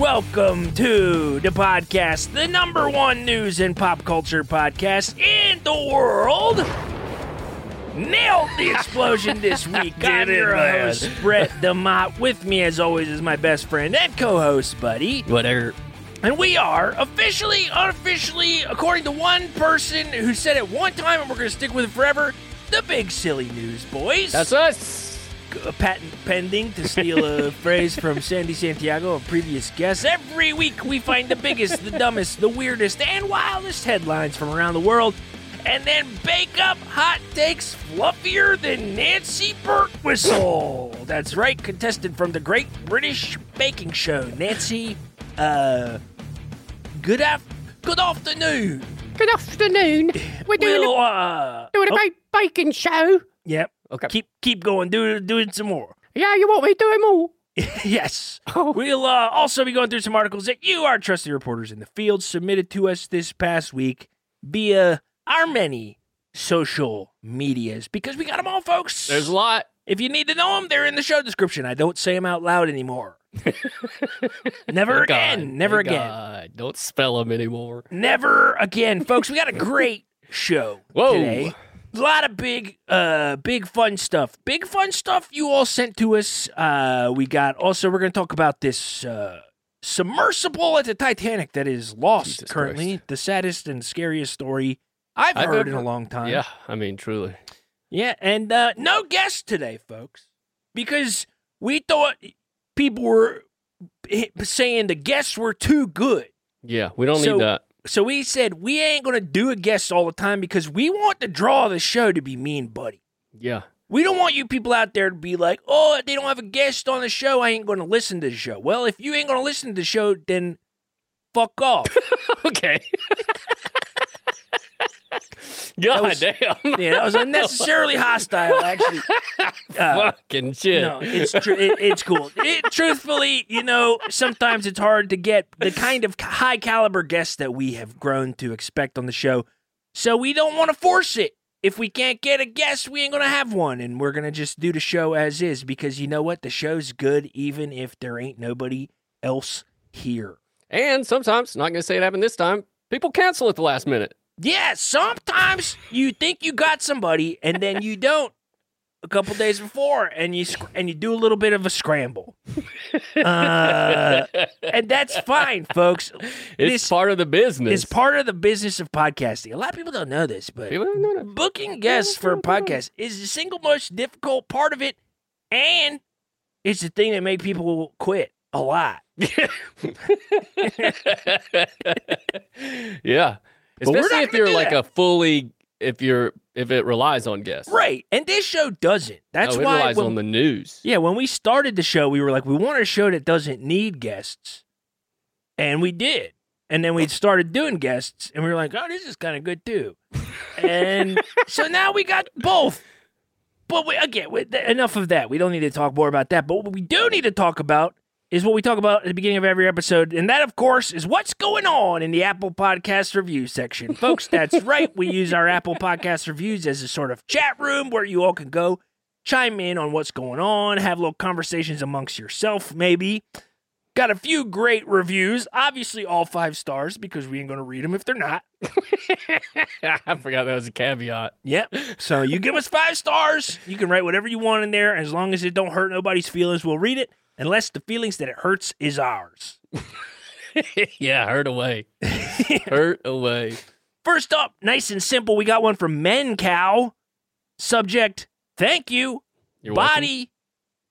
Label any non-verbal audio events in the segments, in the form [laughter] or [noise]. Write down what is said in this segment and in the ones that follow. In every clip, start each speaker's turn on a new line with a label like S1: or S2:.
S1: welcome to the podcast, the number one news and pop culture podcast in the world. Nailed the explosion
S2: [laughs]
S1: this week.
S2: Did
S1: I'm
S2: it,
S1: your
S2: man.
S1: host, Brett DeMott. With me, as always, is my best friend and co-host, Buddy.
S2: Whatever.
S1: And we are officially, unofficially, according to one person who said it one time and we're going to stick with it forever, the big silly news, boys.
S2: That's us.
S1: a patent pending to steal a phrase from Sandy Santiago, a previous guest. Every week we find the biggest, the dumbest, the weirdest, and wildest headlines from around the world, and then bake up hot takes fluffier than Nancy Birtwistle. That's right, contestant from the Great British Baking Show, Nancy. Uh, good af- good afternoon.
S2: [laughs]
S3: Good afternoon. We're doing
S1: We'll
S3: a,
S1: uh,
S3: doing a
S1: oh,
S3: big baking show.
S1: yep.
S2: Okay.
S1: Keep keep going. Do do it some more. [laughs]
S3: Yeah, you want me to do them all?
S1: yes.
S3: Oh,
S1: We'll uh, also be going through some articles that you, our trusted reporters in the field, submitted to us this past week via our many social medias because we got them all, folks.
S2: There's a lot.
S1: if you need to know them, they're in the show description. I don't say them out loud
S2: [laughs]
S1: anymore. Never
S2: Thank Oh, God.
S1: again. Never
S2: Thank
S1: again.
S2: God. Don't spell them anymore.
S1: Never again, folks. We got a great show
S2: [laughs] Whoa.
S1: today. A lot of big, uh, big fun stuff. Big fun stuff you all sent to us. Uh, we got also. We're going to talk about this uh, submersible at the Titanic that is lost
S2: Jesus
S1: currently.
S2: Christ.
S1: The saddest and scariest story I've,
S2: I've
S1: heard in
S2: ever-
S1: a long time.
S2: Yeah, I mean, truly.
S1: Yeah, and uh, no guest today, folks, because we thought people were saying the guests were too good.
S2: Yeah, we don't
S1: So-
S2: need that.
S1: So we said we ain't gonna do a guest all the time because we want the draw of the show to be me and Buddy. [laughs]
S2: Yeah.
S1: We don't want you people out there to be like, oh, they don't have a guest on the show. I ain't gonna listen to the show. Well, if you ain't gonna listen to the show, then fuck off.
S2: okay. [laughs] God
S1: was-
S2: damn.
S1: [laughs] yeah, that was unnecessarily hostile. Actually, Uh,
S2: Fucking shit.
S1: no, it's tr- it, it's cool. It, truthfully, you know, sometimes it's hard to get the kind of high caliber guests that we have grown to expect on the show. So we don't want to force it. If we can't get a guest, we ain't gonna have one, and we're gonna just do the show as is because you know what? The show's good even if there ain't nobody else here.
S2: and sometimes, not going to say it happened this time, people cancel at the last minute.
S1: Yeah, sometimes you think you got somebody and then you don't a couple days before and you sc- and you do a little bit of a scramble.
S2: [laughs]
S1: Uh, and that's fine, [laughs] folks.
S2: it's
S1: this-
S2: part of the business.
S1: It's part of the business of podcasting. A lot of people don't know this, but
S2: People don't know that.
S1: booking guests for a podcast is the single most difficult part of it and it's the thing that make people quit a lot.
S2: [laughs] yeah.
S1: But we're not
S2: Especially if
S1: gonna
S2: you're
S1: do
S2: like
S1: that.
S2: a fully if you're if it relies on guests.
S1: Right. And this show doesn't. That's
S2: no, it
S1: why
S2: relies
S1: when-
S2: on the news.
S1: Yeah, when we started the show, we were like, we want a show that doesn't need guests. And we did. And then we started doing guests, and we were like, oh, this is kind of good too. and so now we got both. But we, again, we, th- enough of that. We don't need to talk more about that. But what we do need to talk about is what we talk about at the beginning of every episode. And that, of course, is what's going on in the Apple Podcast review section. Folks, that's right. We use our Apple Podcast reviews as a sort of chat room where you all can go chime in on what's going on, have little conversations amongst yourself, maybe. Got a few great reviews, obviously all five stars because we ain't gonna read them if they're not.
S2: [laughs] I forgot that was a caveat. [laughs]
S1: Yep. So you give us five stars, you can write whatever you want in there as long as it don't hurt nobody's feelings. We'll read it unless the feelings that it hurts is ours.
S2: yeah, hurt away. [laughs] hurt away.
S1: First up, nice and simple, we got one from Men Cow. Subject: Thank you,
S2: Your
S1: body,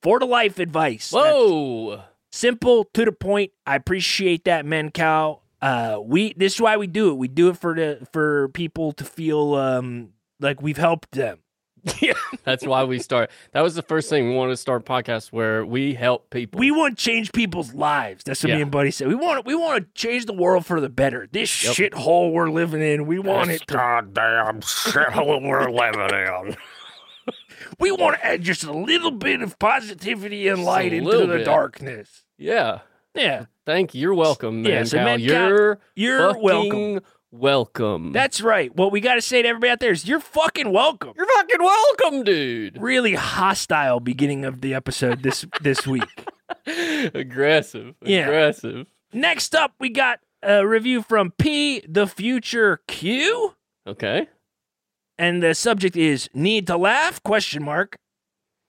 S1: for the life advice. That's
S2: Whoa.
S1: simple to the point i appreciate that men cow uh we this is why we do it we do it for the for people to feel um like we've helped them
S2: That's why we start. That was the first thing we wanted to start a podcast where we help people.
S1: we want to change people's lives that's what me
S2: Yeah.
S1: and buddy said we want we want to change the world for the better this
S2: Yep.
S1: shithole we're living in we want
S2: Yes.
S1: it to,
S4: goddamn shithole we're living in.
S1: [laughs] we want to add just a little bit of positivity and
S2: Just a
S1: light into
S2: little
S1: the
S2: bit.
S1: darkness
S2: yeah.
S1: yeah
S2: Thank you. You're welcome, man.
S1: Yeah, so
S2: Cal.
S1: man, Cal,
S2: you're
S1: you're welcome
S2: fucking welcome.
S1: that's right what we got to say to everybody out there is you're fucking welcome
S2: You're fucking welcome, dude.
S1: really
S2: [laughs]
S1: hostile beginning of the episode this this week
S2: aggressive.
S1: Yeah.
S2: Aggressive.
S1: Next up, we got a review from P the Future Q,
S2: Okay.
S1: and the subject is "Need to laugh?" Question mark.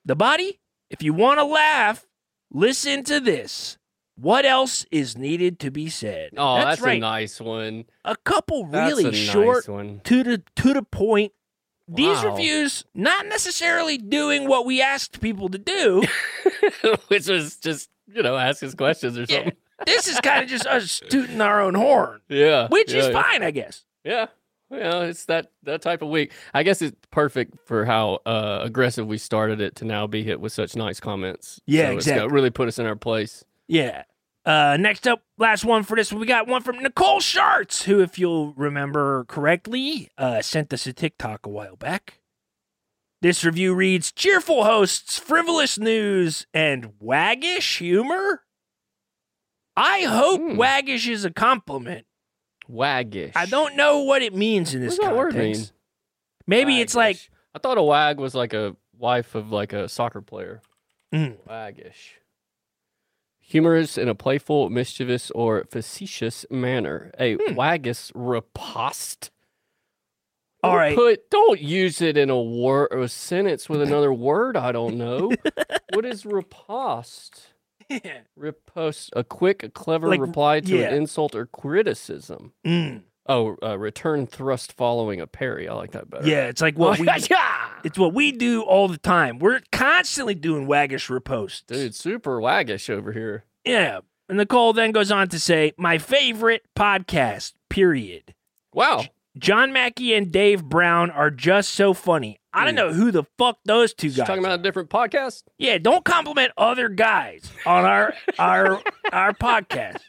S1: The body. If you want to laugh, listen to this. What else is needed to be said?
S2: Oh, that's,
S1: right.
S2: a nice one.
S1: a couple
S2: That's
S1: really
S2: a
S1: short,
S2: nice one.
S1: to the to the point. These
S2: Wow.
S1: reviews not necessarily doing what we asked people to
S2: [laughs]
S1: do.
S2: [laughs] Which was just, you know, ask us questions or
S1: Yeah.
S2: something. [laughs]
S1: this is kind of just us tooting our own horn,
S2: Yeah.
S1: which is
S2: yeah,
S1: fine, I guess.
S2: Yeah. Yeah, it's that that type of week. I guess it's perfect for how uh, aggressive we started it to now be hit with such nice comments.
S1: Yeah,
S2: So it's got-
S1: exactly.
S2: really put us in our place.
S1: Yeah. Uh, next up, last one for this one. We got one from Nicole Sharts, who, if you'll remember correctly, uh, sent us a TikTok a while back. This review reads Cheerful hosts, frivolous news, and waggish humor. I hope
S2: Hmm.
S1: waggish is a compliment.
S2: Waggish.
S1: I don't know what it means in
S2: What
S1: this
S2: does that word
S1: context.
S2: mean?
S1: Maybe it's like
S2: Waggish. I thought a wag was like a wife of like a soccer player.
S1: Mm.
S2: Waggish. Humorous in a playful, mischievous, or facetious manner. A
S1: Hmm.
S2: waggish riposte.
S1: All
S2: Don't
S1: right.
S2: Put, don't use it in a word or a sentence with another word. I don't
S1: [laughs]
S2: know. what is riposte? Riposte. A quick, a clever
S1: Like,
S2: reply to
S1: yeah.
S2: an insult or criticism.
S1: Mm.
S2: Oh, uh, return thrust following a parry. I like that better.
S1: yeah, it's like
S2: Oh, [laughs]
S1: what we it's what we do all the time. We're constantly doing waggish reposts.
S2: Dude, super waggish over here.
S1: Yeah. And Nicole then goes on to say, My favorite podcast, period.
S2: Wow.
S1: John Mackey and Dave Brown are just so funny. I don't
S2: Hmm.
S1: know who the fuck those two
S2: She's
S1: guys
S2: talking
S1: are.
S2: about a different podcast?
S1: Yeah, don't compliment other guys on our our our podcast.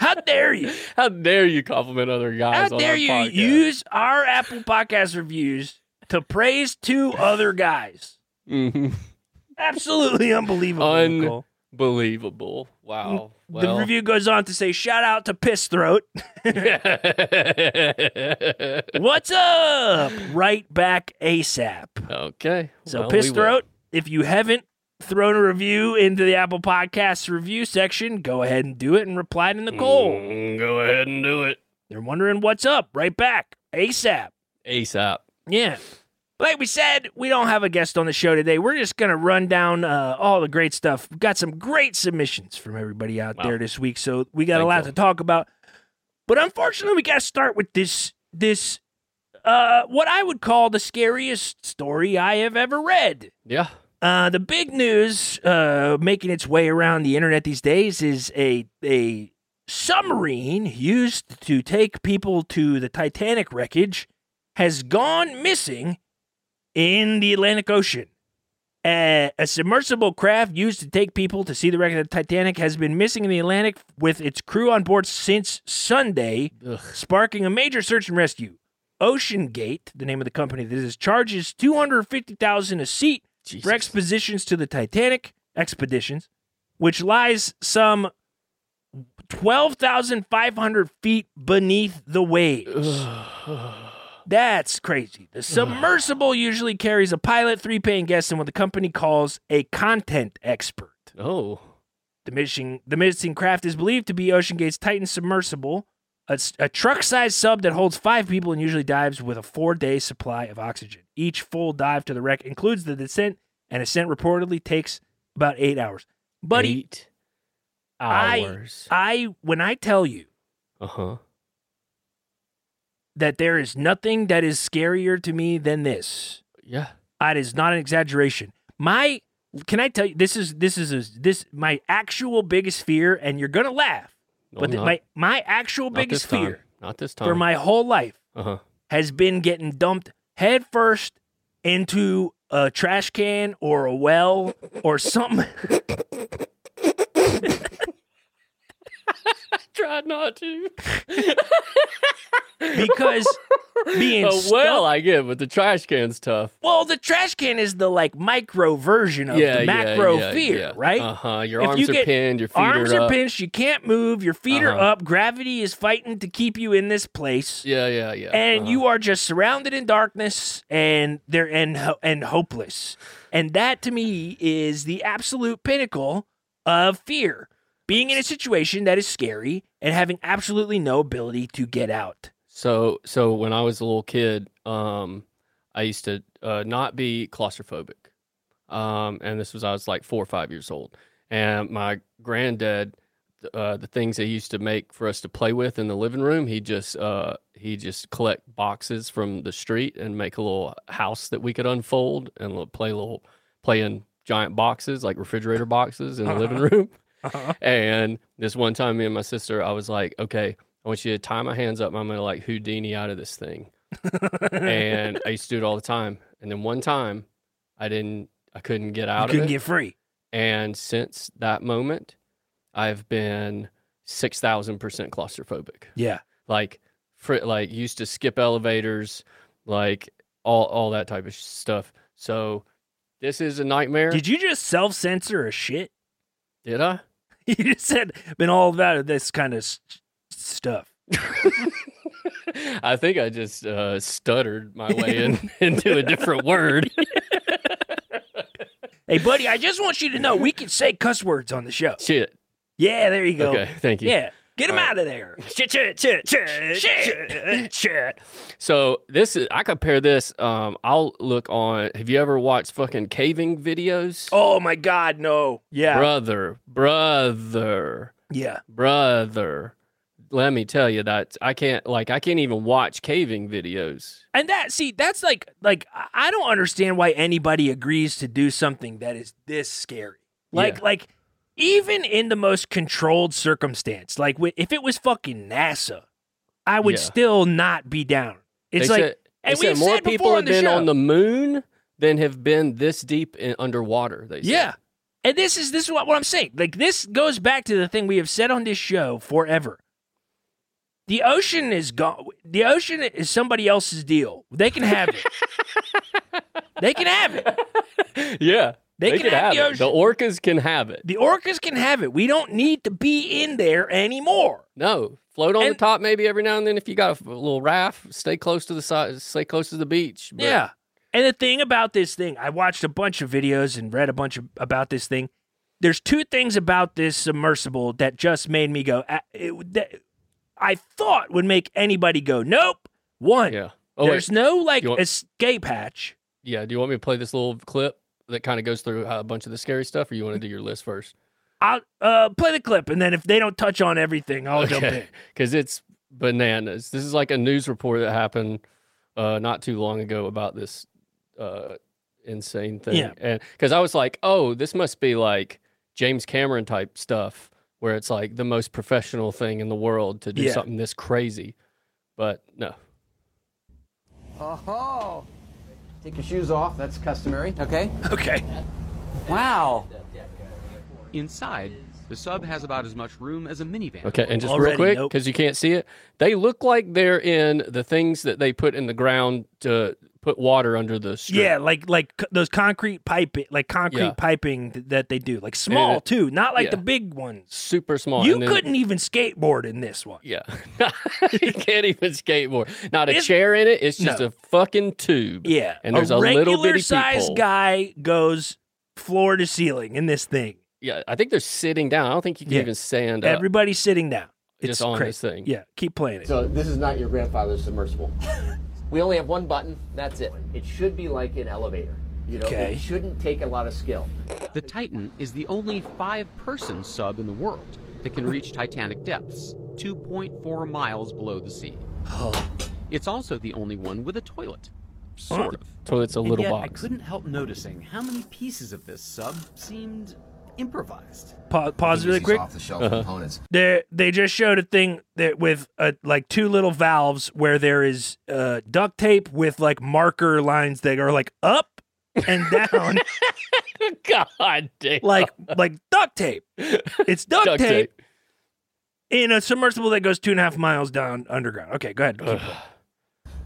S1: How dare you?
S2: How dare you compliment other
S1: How
S2: guys on
S1: dare
S2: our
S1: you
S2: podcast?
S1: use our Apple Podcast reviews to praise two other guys?
S2: Mhm.
S1: Absolutely unbelievable.
S2: Un-
S1: Nicole.
S2: Believable. Wow.
S1: Mm,
S2: Well.
S1: The review goes on to say, "Shout out to Piss Throat. What's up? Right back ASAP."
S2: [laughs] okay.
S1: So
S2: well, we
S1: Piss
S2: will.
S1: Throat, if you haven't thrown a review into the Apple Podcasts review section, go ahead and do it and reply to Nicole.
S2: Mm, go ahead and do it.
S1: They're wondering what's up. Right back ASAP.
S2: ASAP.
S1: Yeah. Like we said, we don't have a guest on the show today. We're just going to run down uh, all the great stuff. We've got some great submissions from everybody out
S2: Wow.
S1: there this week, so we got a
S2: Thank
S1: lot
S2: you.
S1: to talk about. But unfortunately, we got to start with this this uh, what I would call the scariest story I have ever read.
S2: Yeah.
S1: Uh, the big news uh, making its way around the internet these days is a a submarine used to take people to the Titanic wreckage has gone missing in the Atlantic Ocean. Uh, a submersible craft used to take people to see the wreck of the Titanic has been missing in the Atlantic with its crew on board since Sunday,
S2: Ugh.
S1: sparking a major search and rescue. Ocean Gate, the name of the company that is, charges two hundred fifty thousand a seat
S2: Jesus.
S1: for expeditions to the Titanic expeditions, which lies some 12,500 feet beneath the waves.
S2: [sighs]
S1: That's crazy. The submersible usually carries a pilot, three paying guests, and what the company calls a content expert.
S2: oh.
S1: The missing, the missing craft is believed to be Ocean Gate's Titan submersible, a, s- a truck-sized sub that holds five people and usually dives with a four-day supply of oxygen. Each full dive to the wreck includes the descent, and ascent reportedly takes about eight hours. Buddy,
S2: Eight
S1: I-
S2: hours.
S1: I when I tell you
S2: Uh huh.
S1: that there is nothing that is scarier to me than this,
S2: Yeah.
S1: that is not an exaggeration. My can I tell you this is this is a, this my actual biggest fear, and you're gonna laugh,
S2: No,
S1: but th-
S2: not,
S1: my my actual
S2: not
S1: biggest
S2: this time.
S1: fear.
S2: Not this time.
S1: for my whole life
S2: uh huh.
S1: has been getting dumped headfirst into a trash can or a well
S2: [laughs]
S1: or something.
S2: [laughs] tried not to.
S1: because being
S2: A Oh, well,
S1: stuck-
S2: I get, but the trash can's tough.
S1: well, the trash can is the like micro version of
S2: yeah,
S1: the macro fear, right?
S2: Uh huh. Your
S1: If
S2: arms
S1: you
S2: are
S1: get-
S2: pinned. Your feet
S1: Arms are
S2: up.
S1: pinched, you can't move, your feet are
S2: Uh-huh.
S1: up, gravity is fighting to keep you in this place.
S2: Yeah, yeah, yeah.
S1: And
S2: uh-huh.
S1: you are just surrounded in darkness and there and ho- and hopeless. And that to me is the absolute pinnacle of fear. Being in a situation that is scary and having absolutely no ability to get out.
S2: So, so when I was a little kid, um, I used to uh, not be claustrophobic, um, and this was I was like four or five years old, and my granddad, th- uh, the things he used to make for us to play with in the living room, he just uh, he just collect boxes from the street and make a little house that we could unfold and li- play little play in giant boxes like refrigerator boxes in the living room. Uh-huh. [laughs] And this one time, me and my sister, I was like, okay, I want you to tie my hands up. and I'm going to like Houdini out of this thing. and I used to do it all the time. And then one time, I didn't, I couldn't get
S1: You
S2: out of
S1: couldn't
S2: it.
S1: get free.
S2: and since that moment, I've been 6,000% claustrophobic.
S1: Yeah.
S2: Like, fr- like used to skip elevators, like all, all that type of sh- stuff. So this is a nightmare.
S1: Did you just self censor a shit? [laughs]
S2: Did I?
S1: You just said been all about this kind of st- stuff.
S2: I think I just uh, stuttered
S1: [laughs]
S2: my way in, [laughs] into a different word.
S1: Hey, buddy, I just want you to know we can say cuss words on the show.
S2: Shit.
S1: Yeah, there you go.
S2: Okay. Thank you.
S1: Yeah, get him
S2: All right.
S1: out of there. Shit, shit, shit, shit, shit, shit.
S2: So this is I compare this. Um, I'll look on. Have you ever watched fucking caving videos?
S1: Oh my God, no. Yeah,
S2: brother, brother,
S1: yeah.
S2: brother. Let me tell you that I can't like I can't even watch caving videos.
S1: And that, see, that's like, like I- I don't understand why anybody agrees to do something that is this scary. Like,
S2: Yeah.
S1: like even in the most controlled circumstance, like wi- if it was fucking NASA, I would
S2: Yeah.
S1: still not be down. It's
S2: They
S1: like,
S2: said-
S1: and
S2: they said
S1: we've
S2: more
S1: said
S2: people
S1: before
S2: have
S1: on the
S2: been
S1: show.
S2: on the moon than have been this deep in underwater. They said.
S1: Yeah. And this is this is what, what I'm saying. Like this goes back to the thing we have said on this show forever. The ocean is gone. The ocean is somebody else's deal. They can have it. [laughs] they can have it.
S2: yeah.
S1: They, can, have, the
S2: it.
S1: ocean.
S2: The orcas can have it.
S1: The orcas can have it. We don't need to be in there anymore.
S2: No, float on the
S1: And-
S2: top maybe every now and then if you got a f- little raft. Stay close to the side. Stay close to the beach. but-
S1: Yeah. And the thing about this thing, I watched a bunch of videos and read a bunch of, about this thing. There's two things about this submersible that just made me go, "Ah," it, that I thought would make anybody go, nope. One,
S2: Yeah. Oh
S1: there's
S2: wait.
S1: no like
S2: You want-
S1: escape hatch.
S2: Yeah. Do you want me to play this little clip that kind of goes through uh, a bunch of the scary stuff, or you want to do your list first?
S1: I'll uh, play the clip, and then if they don't touch on everything, I'll jump in.
S2: Because it's bananas. This is like a news report that happened uh, not too long ago about this uh, insane thing.
S1: Yeah.
S2: And because I was like, oh, this must be like James Cameron type stuff where it's like the most professional thing in the world to do
S1: Yeah.
S2: something this crazy. But no.
S5: Oh, take your shoes off. That's customary. Okay.
S1: [laughs] Okay.
S5: Wow.
S6: Inside, the sub has about as much room as a minivan.
S2: Okay. And just
S1: Already,
S2: real quick,
S1: nope.
S2: because you can't see it, they look like they're in the things that they put in the ground to put water under the strip.
S1: Yeah, like like c- those concrete piping, like concrete
S2: Yeah.
S1: piping th- that they do, like small
S2: it-
S1: too, not like
S2: yeah.
S1: the big ones.
S2: Super small.
S1: You
S2: and then-
S1: couldn't even skateboard in this one.
S2: Yeah. [laughs] you can't even skateboard. Not a
S1: It's-
S2: chair in it. It's just
S1: No.
S2: a fucking tube.
S1: Yeah.
S2: And there's a,
S1: regular
S2: little bitty
S1: sized
S2: peephole.
S1: guy goes floor to ceiling in this thing.
S2: Yeah. I think they're sitting down. I don't think you can
S1: Yeah.
S2: even stand up.
S1: Everybody's sitting down. It's
S2: Just on
S1: crazy.
S2: this thing.
S1: Yeah, keep playing it.
S7: So this is not your grandfather's [laughs] submersible.
S5: We only have one button. That's it.
S7: It should be like an elevator. You know,
S1: Okay.
S7: it shouldn't take a lot of skill.
S6: The Titan is the only five person sub in the world that can reach Titanic depths, 2.4 miles below
S2: [gasps]
S6: the sea. It's also the only one with a toilet. Sort of.
S2: So it's a
S8: And
S2: little
S8: yet, I
S2: box.
S8: couldn't help noticing how many pieces of this sub seemed improvised.
S1: Pa- pause really quick. Uh-huh.
S9: off-the-shelf components.
S1: They they just showed a thing that with uh like two little valves where there is uh, duct tape with like marker lines that are like up and down,
S2: [laughs] God damn.
S1: like like duct tape. It's duct,
S2: Duct
S1: tape,
S2: tape.
S1: in a submersible that goes two and a half miles down underground. Okay, go ahead. Keep going.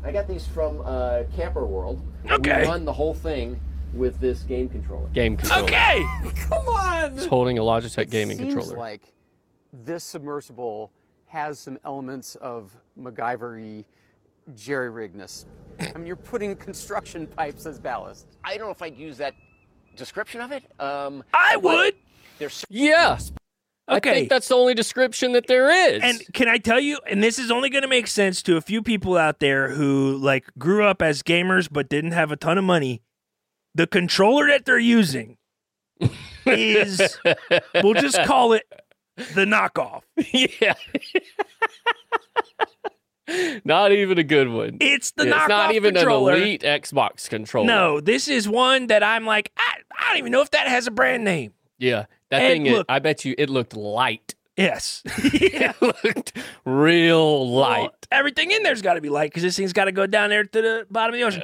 S7: I got these from uh, Camper World.
S1: Okay.
S7: We run the whole thing with this game controller.
S2: Game controller.
S1: Okay.
S8: Come on.
S2: It's holding a Logitech gaming
S9: Seems
S2: controller.
S9: like this submersible has some elements of MacGyvery jerry rigness. I mean, you're putting construction pipes as ballast.
S7: I don't know if I'd use that description of it. Um,
S1: I
S7: but
S1: would.
S7: There's
S2: Yeah. I
S1: Okay.
S2: think that's the only description that there is.
S1: And can I tell you, and this is only going to make sense to a few people out there who like grew up as gamers but didn't have a ton of money. The controller that they're using is, we'll just call it the knockoff.
S2: [laughs] yeah. [laughs] not even a good one.
S1: It's the
S2: Yeah,
S1: knockoff
S2: it's not even
S1: controller.
S2: an elite Xbox controller.
S1: No, this is one that I'm like, I, I don't even know if that has a brand name.
S2: Yeah. That
S1: And
S2: thing, is-
S1: look-
S2: I bet you it looked light.
S1: Yes. [laughs]
S2: It looked real light.
S1: Well, everything in there's got to be light because this thing's got to go down there to the bottom of the ocean.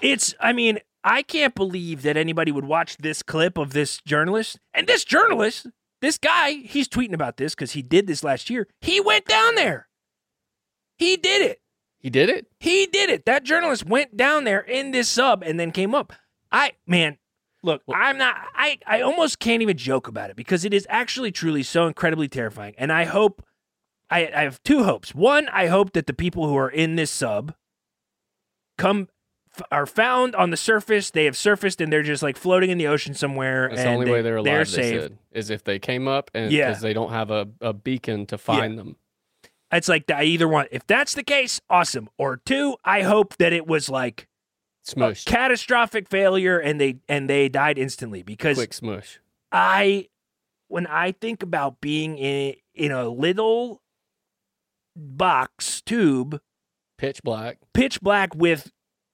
S1: it's, I mean, I can't believe that anybody would watch this clip of this journalist. And this journalist, this guy, he's tweeting about this because he did this last year. He went down there. He did it.
S2: He did it?
S1: He did it. That journalist went down there in this sub and then came up. I man, look, I'm not I I almost can't even joke about it because it is actually truly so incredibly terrifying. And I hope I I have two hopes. One, I hope that the people who are in this sub come f- are found on the surface. They have surfaced and they're just like floating in the ocean somewhere.
S2: That's the
S1: and
S2: only
S1: they,
S2: way they're alive.
S1: They're
S2: they
S1: safe.
S2: said, is if they came up and
S1: Yeah.
S2: because they don't have a, a beacon to find them.
S1: It's like I either want. If that's the case, awesome. Or two, I hope that it was like
S2: Smush,
S1: Uh, catastrophic failure and they and they died instantly because
S2: quick smush.
S1: I when I think about being in in a little box tube
S2: Pitch black
S1: pitch black with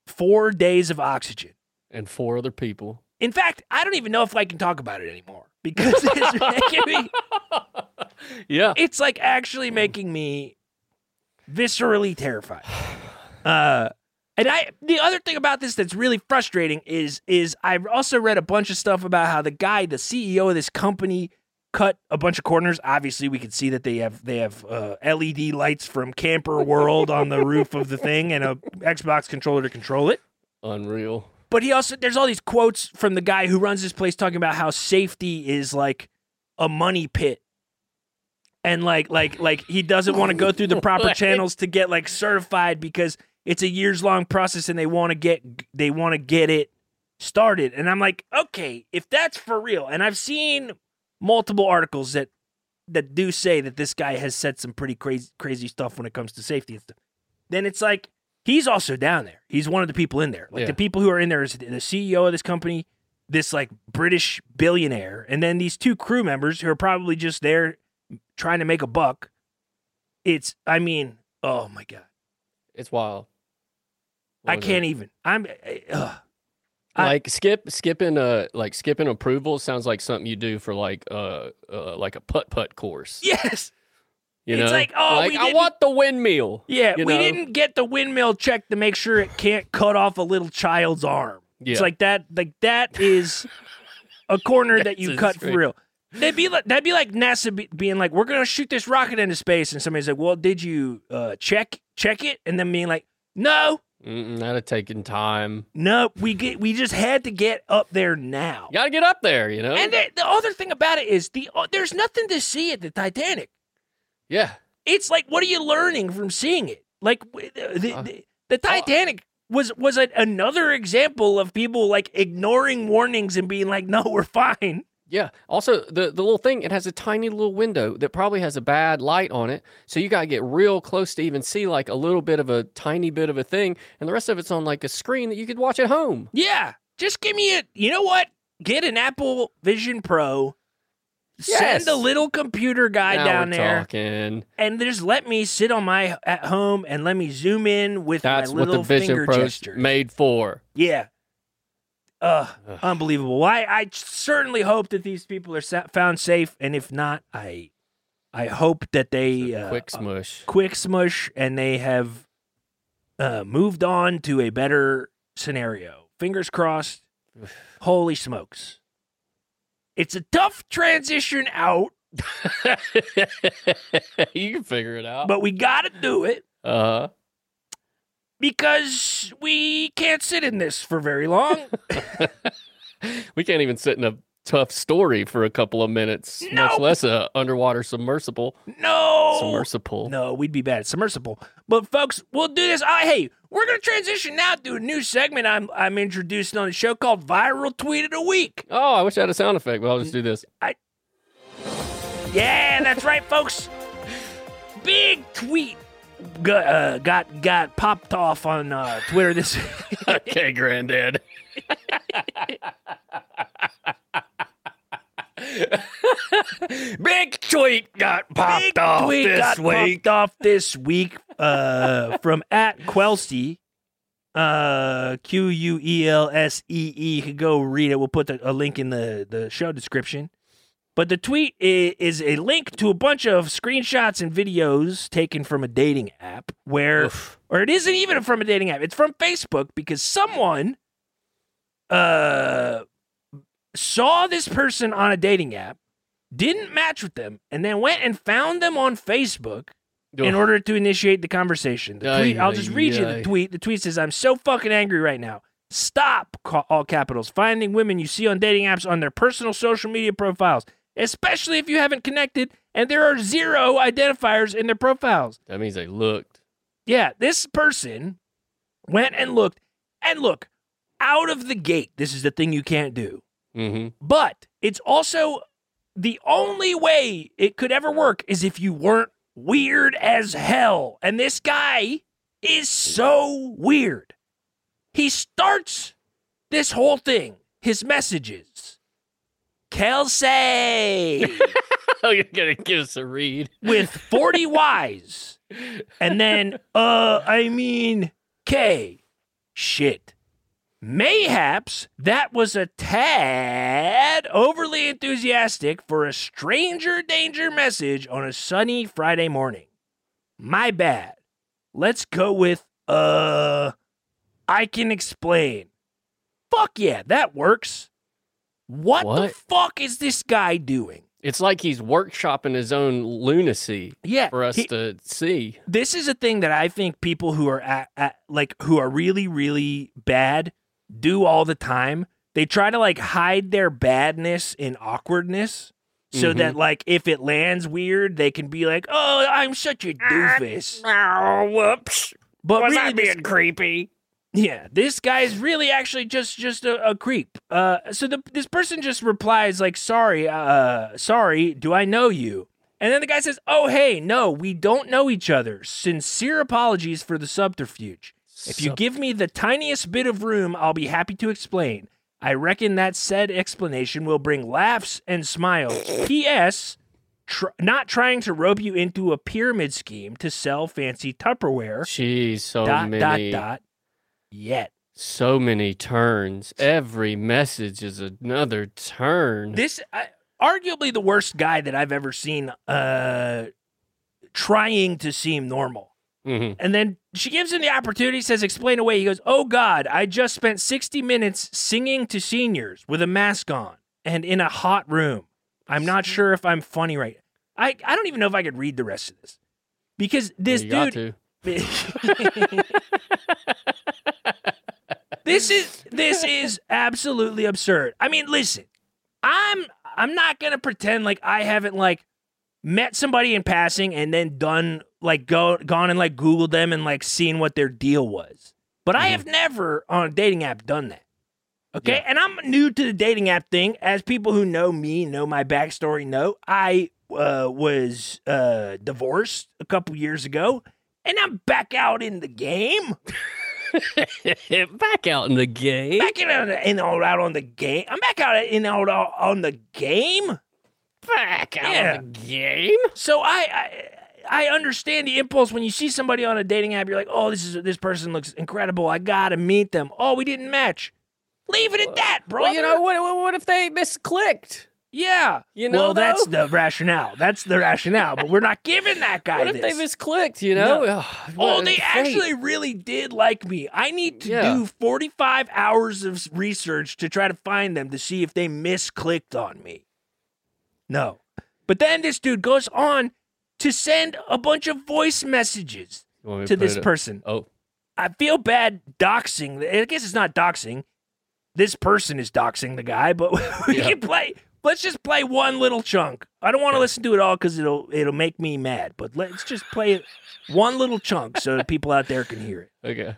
S1: 4 days of oxygen.
S2: and four other people.
S1: In fact, I don't even know if I can talk about it anymore because [laughs] it's making me
S2: Yeah.
S1: it's like actually making me viscerally terrified. Uh, and I the other thing about this that's really frustrating is is I've also read a bunch of stuff about how the guy, the CEO of this company, cut a bunch of corners. Obviously, we could see that they have they have uh, LED lights from Camper World on the roof of the thing and a Xbox controller to control it.
S2: Unreal.
S1: But he also there's all these quotes from the guy who runs this place talking about how safety is like a money pit. And like like like he doesn't want to go through the proper
S2: What?
S1: channels to get like certified because it's a years long process and they want to get they want to get it started. And I'm like, okay, if that's for real, and I've seen multiple articles that that do say that this guy has said some pretty crazy crazy stuff when it comes to safety and stuff. Then it's like he's also down there. He's one of the people in there. Like
S2: Yeah.
S1: the people who are in there is the CEO of this company, this like British billionaire, and then these two crew members who are probably just there trying to make a buck. It's I mean, oh my god.
S2: It's wild.
S1: I can't even. I'm uh, I-
S2: like skip skipping uh like skipping approval sounds like something you do for like uh, uh like a putt putt course.
S1: yes.
S2: You
S1: It's
S2: know?
S1: like, oh,
S2: like,
S1: we
S2: I
S1: didn't-
S2: want the windmill.
S1: Yeah,
S2: you
S1: we
S2: know?
S1: didn't get the windmill check to make sure it can't cut off a little child's arm.
S2: Yeah.
S1: It's like that. Like that is a [laughs] corner that
S2: That's
S1: you
S2: a
S1: cut
S2: straight-
S1: for real. That'd be like that'd be like NASA be, being like, "We're gonna shoot this rocket into space," and somebody's like, "Well, did you uh, check check it?" And then being like, "No,
S2: Mm-mm, that'd have taken time.
S1: no, we get we just had to get up there now."
S2: You gotta get up there, you know?
S1: And the, the other thing about it is the uh, there's nothing to see at the Titanic.
S2: yeah.
S1: it's like what are you learning from seeing it like w- the, the,
S2: Uh,
S1: the, the titanic was was a, another example of people like ignoring warnings and being like no we're fine
S2: Yeah. Also, the, the little thing, it has a tiny little window that probably has a bad light on it. So you got to get real close to even see like a little bit of a tiny bit of a thing. And the rest of it's on like a screen that you could watch at home.
S1: yeah just give me a you know what get an apple vision pro
S2: Yes.
S1: send a little computer guy
S2: now
S1: down
S2: we're
S1: there
S2: talking.
S1: and just let me sit on my at home and let me zoom in with
S2: That's
S1: my
S2: what
S1: little
S2: the Vision
S1: finger
S2: Pro's
S1: gesture
S2: made for.
S1: Yeah. Uh,
S2: Ugh.
S1: unbelievable. Well, I, I certainly hope that these people are sa- found safe, and if not, I I hope that they uh,
S2: Quick
S1: uh, [laughs]
S2: smush.
S1: quick smush, and they have uh, moved on to a better scenario. Fingers crossed. Holy smokes! It's a tough transition out
S2: you can figure it out.
S1: But we got to do it
S2: uh,
S1: because we can't sit in this for very
S2: [laughs]
S1: long.
S2: we can't even sit in a tough story for a couple of minutes,
S1: No.
S2: much less a underwater submersible.
S1: No.
S2: Submersible.
S1: No, we'd be bad at submersible. But folks, we'll do this. I hey, we're gonna transition now to a new segment I'm I'm introducing on the show called Viral Tweet of the Week.
S2: Oh, I wish I had a sound effect, but I'll just do this.
S1: Yeah, that's right, folks. Big tweet got uh, got, got popped off on uh, Twitter this. [laughs]
S2: okay, granddad. Big tweet got popped
S1: Big
S2: off
S1: tweet
S2: this
S1: got
S2: week.
S1: popped off this week uh, from [laughs] at Quelsey. Uh, Q U E L S E E. You could go read it. We'll put the, a link in the, the show description. But the tweet is, is a link to a bunch of screenshots and videos taken from a dating app where, or it isn't even from a dating app. It's from Facebook because someone, uh, saw this person on a dating app, didn't match with them, and then went and found them on Facebook in order to initiate the conversation. The
S2: Ay,
S1: tweet, I'll just
S2: ay,
S1: read you
S2: ay.
S1: the tweet. The tweet says, I'm so fucking angry right now. Stop, ca- all capitals, finding women you see on dating apps on their personal social media profiles, especially if you haven't connected and there are zero identifiers in their profiles.
S2: that means they looked.
S1: Yeah, this person went and looked, and look, out of the gate, this is the thing you can't do
S2: Mm-hmm.
S1: but it's also the only way it could ever work is if you weren't weird as hell. And this guy is so weird. He starts this whole thing, his messages. Kelsey
S2: [laughs] Oh, you're gonna give us a read.
S1: with 40 Y's. And then, uh, I mean, K. Shit. Mayhaps that was a tad overly enthusiastic for a stranger danger message on a sunny Friday morning. My bad. Let's go with, uh, I can explain. Fuck yeah, that works. what the
S2: What?
S1: fuck is this guy doing?
S2: It's like he's workshopping his own lunacy
S1: Yeah.
S2: for us
S1: he-
S2: to see.
S1: this is a thing that I think people who are at, at like who are really really bad do all the time. They try to like hide their badness in awkwardness so
S4: Mm-hmm.
S2: Mhm.
S1: that like if it lands weird, they can be like, "Oh, I'm such a doofus."
S4: Oh, whoops.
S1: But
S4: Was
S1: really,
S4: I
S1: this-
S4: being creepy?
S1: yeah, this guy's really actually just just a, a creep. Uh, so the, this person just replies like, "Sorry, uh, sorry, do I know you?" And then the guy says, "Oh, hey, no, we don't know each other. Sincere apologies for the subterfuge. If you give me the tiniest bit of room, I'll be happy to explain. I reckon that said explanation will bring laughs and
S2: [laughs]
S1: smiles. P.S. Tr- not trying to rope you into a pyramid scheme to sell fancy Tupperware.
S2: Jeez, so
S1: dot
S2: many,
S1: dot dot. Yet."
S2: so many turns. Every message is another turn.
S1: This I, arguably the worst guy that I've ever seen uh trying to seem normal.
S2: Mhm.
S1: And then she gives him the opportunity, says, explain away. He goes, Oh God, I just spent 60 minutes singing to seniors with a mask on and in a hot room. I'm not sure if I'm funny right. I, I don't even know if I could read the rest of this. Because this
S2: you got
S1: dude [laughs]
S2: to.
S1: this is this is absolutely absurd. I mean, listen, I'm I'm not gonna pretend like I haven't like met somebody in passing and then done like go gone and like Googled them and like seen what their deal was. But I have never on a dating app done that. Okay, and I'm new to the dating app thing. As people who know me know my backstory, know I uh, was uh, divorced a couple years ago, and I'm back out in the game.
S2: [laughs] Back out in the game.
S1: Back in, in out, out on the game. I'm back out in out on the game.
S2: Back out
S1: Yeah.
S2: in the game.
S1: So I, I I understand the impulse when you see somebody on a dating app. You're like, oh, this is this person looks incredible. I gotta meet them. Oh, we didn't match. Leave it at that, bro.
S2: Well, you know what? What what if they misclicked?
S1: Yeah.
S2: You know,
S1: well, that's
S2: though?
S1: the rationale. That's the rationale. But we're not giving that guy
S2: [laughs] What if
S1: this.
S2: they misclicked? You know?
S1: oh,
S2: What-
S1: they
S2: fate.
S1: actually really did like me. I need to
S2: Yeah.
S1: do 45 hours of s- research to try to find them to see if they misclicked on me. No. But then this dude goes on to send a bunch of voice messages
S2: You want me
S1: to
S2: put
S1: this
S2: it-
S1: person.
S2: Oh,
S1: I feel bad doxing. I guess it's not doxing. This person is doxing the guy, but [laughs] we
S2: Yeah.
S1: can play. Let's just play one little chunk. I don't want to listen to it all because it'll it'll make me mad. But let's just play one little chunk so that people out there can hear it.
S2: okay.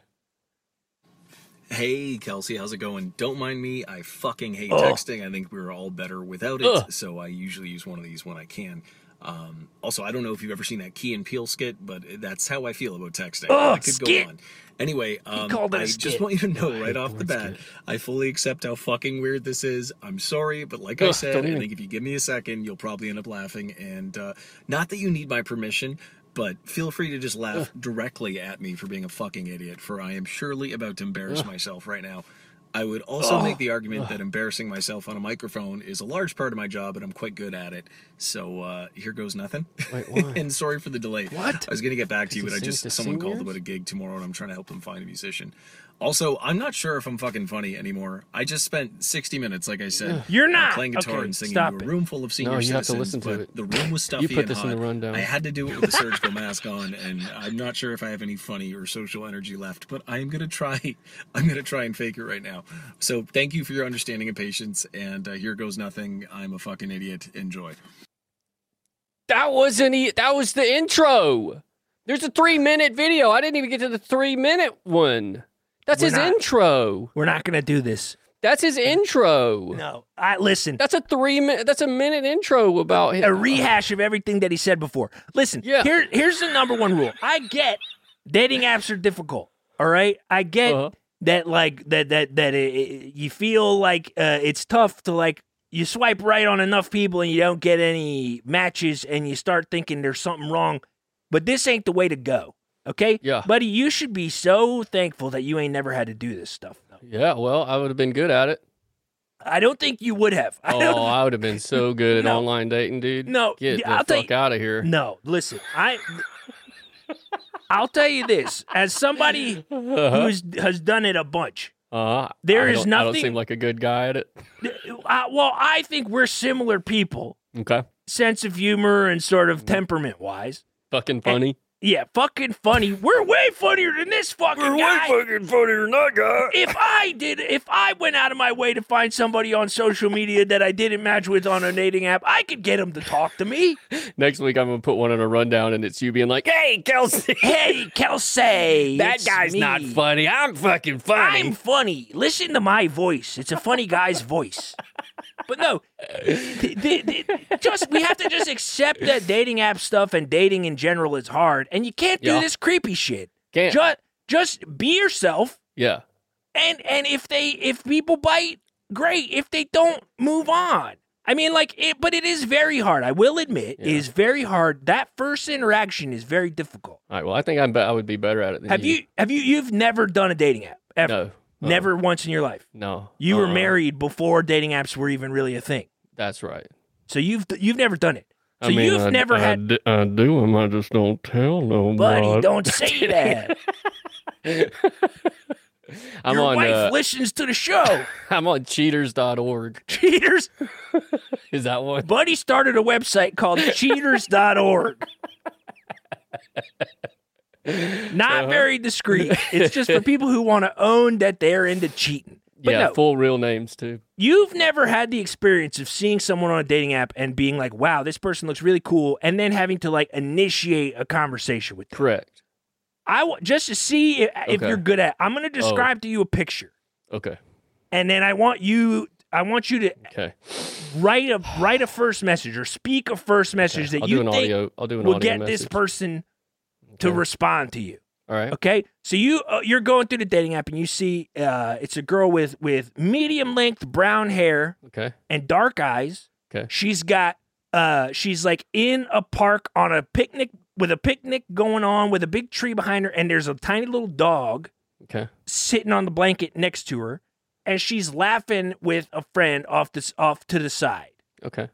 S10: Hey, Kelsey, how's it going? Don't mind me. I fucking hate
S1: Ugh.
S10: texting. I think we were all better without it,
S2: Ugh.
S10: so I usually use one of these when I can. Um, also, I don't know if you've ever seen that Key and Peel skit, but that's how I feel about texting.
S1: Ugh,
S10: I could
S1: skit.
S10: go on. Anyway, um,
S1: called it a
S10: I
S1: skit.
S10: just want you to know right off the
S2: porn
S10: bat,
S2: skit.
S10: I fully accept how fucking weird this is. I'm sorry, but like I
S2: Ugh,
S10: said,
S2: don't
S10: I
S2: even-
S10: think if you give me a second, you'll probably end up laughing. And uh, not that you need my permission, but feel free to just laugh directly at me for being a fucking idiot, for I am surely about to embarrass myself right now. I would also make the argument that embarrassing myself on a microphone is a large part of my job, and I'm quite good at it. So uh, here goes nothing. [laughs]
S2: Wait, why?
S10: and sorry for the delay.
S2: What?
S10: I was gonna get back to
S2: Does
S10: you,
S2: he
S10: but I
S2: sing
S10: just
S2: to
S10: someone called
S2: seniors?
S10: about a gig tomorrow, and I'm trying to help them find a musician. Also, I'm not sure if I'm fucking funny anymore. I just spent 60 minutes, like I said,
S1: You're
S10: on
S1: not.
S10: playing guitar
S1: Okay,
S10: and singing to a
S1: stop it.
S10: room full of senior
S2: No, you have to
S10: citizens.
S2: listen to
S10: but
S2: it.
S10: the room was stuffy
S2: You put
S10: and
S2: this in
S10: hot.
S2: the rundown.
S10: I had to do it with
S2: [laughs]
S10: a surgical mask on, and I'm not sure if I have any funny or social energy left, but I am gonna try. [laughs] I'm gonna try and fake it right now. So thank you for your understanding and patience. And uh, here goes nothing. I'm a fucking idiot. Enjoy.
S2: That wasn't e- that was the intro. There's a three minute video. I didn't even get to the three minute one. That's
S1: We're
S2: his
S1: not-
S2: intro.
S1: We're not gonna do this.
S2: That's his intro.
S1: No, I listen.
S2: That's a three minute. That's a minute intro about [laughs] him.
S1: a rehash of everything that he said before. Listen,
S2: Yeah.
S1: here here's the number one rule. I get dating apps are difficult. All right, I get
S2: Uh-huh.
S1: that like that that that it, it- you feel like uh, it's tough to like you swipe right on enough people and you don't get any matches and you start thinking there's something wrong. But this ain't the way to go. Okay,
S2: Yeah.
S1: buddy, you should be so thankful that you ain't never had to do this stuff. Though.
S2: Yeah, well, I would have been good
S1: [laughs]
S2: at it.
S1: I don't think you would have. I don't
S2: Oh, I would have been so good at
S1: No.
S2: online dating,
S1: [laughs]
S2: dude.
S1: No,
S2: get the
S1: I'll tell you-
S2: fuck out of here.
S1: No, listen, I. I'll tell you this, as somebody
S2: Uh-huh.
S1: who's has done it a bunch.
S2: Uh,
S1: There
S2: I
S1: is
S2: don't- I don't
S1: nothing-
S2: seem like a good guy at it.
S1: I, well, I think we're similar people,
S2: Okay,
S1: sense of humor and sort
S4: Mm-hmm.
S1: of temperament wise.
S2: fucking funny.
S1: Yeah, fucking funny. We're way funnier than this fucking
S4: You're way
S1: guy.
S4: fucking funnier than I got.
S1: if I did, if I went out of my way to find somebody on social media that I didn't match with on a dating app, I could get them to talk to me.
S2: Next week, I'm gonna put one on a rundown, and it's you being like,
S4: Hey, Kelsey.
S1: Hey, Kelsey,
S4: That
S1: it's
S4: guy's
S1: me.
S4: not funny. I'm fucking funny.
S1: I'm funny. Listen to my voice. It's a funny guy's voice. But no, th- th- th- just we have to just accept that dating app stuff and dating in general is hard, and you can't do
S2: Yeah.
S1: this creepy shit.
S2: "Can't."
S1: Just just be yourself,
S2: yeah,
S1: and and if they if people bite, great. If they don't, move on. I mean, like it, but it is very hard. I will admit, it
S2: Yeah.
S1: is very hard. That first interaction is very difficult.
S2: All right. Well, I think I'm. Be- I would be better at it. Than
S1: Have you have you you've never done a dating app ever?
S2: No. Uh-uh.
S1: Never once in your life.
S2: No.
S1: You were
S2: Uh-uh.
S1: married before dating apps were even really a thing.
S2: That's right.
S1: So you've you've never done it. So you've
S2: I-
S1: never
S2: I
S1: had
S2: d- I do them. I just don't tell nobody.
S1: buddy,
S2: [laughs]
S1: don't say that.
S2: I'm
S1: Your
S2: on.
S1: wife
S2: uh,
S1: listens to the show.
S2: I'm on cheaters.org.
S1: Cheaters.
S2: [laughs] Is that one?
S1: Buddy started a website
S2: [laughs]
S1: called cheaters.org. Not
S2: Uh-huh.
S1: very discreet. It's just for
S2: [laughs]
S1: people who want to own that they're into cheating. But
S2: yeah,
S1: no,
S2: full real names too.
S1: you've never had the experience of seeing someone on a dating app and being like, "Wow, this person looks really cool," and then having to like initiate a conversation with them.
S2: Correct.
S1: I w- just to see if, if
S2: Okay. Oh.
S1: you're good at. I'm going to describe to you a picture,
S2: Okay.
S1: and then I want you. I want you to
S2: Okay.
S1: write a write a first message or speak a first message that
S2: I'll
S1: you
S2: do an
S1: think
S2: audio. I'll do an
S1: will
S2: audio
S1: get
S2: message.
S1: this person to
S2: Okay.
S1: respond to you.
S2: All right.
S1: Okay, so you uh, you're going through the dating app and you see uh, it's a girl with with medium length brown hair
S2: Okay.
S1: and dark eyes.
S2: Okay.
S1: she's got uh she's like in a park on a picnic with a picnic going on with a big tree behind her and there's a tiny little dog
S2: Okay.
S1: sitting on the blanket next to her, and she's laughing with a friend off this off to the side.
S2: Okay.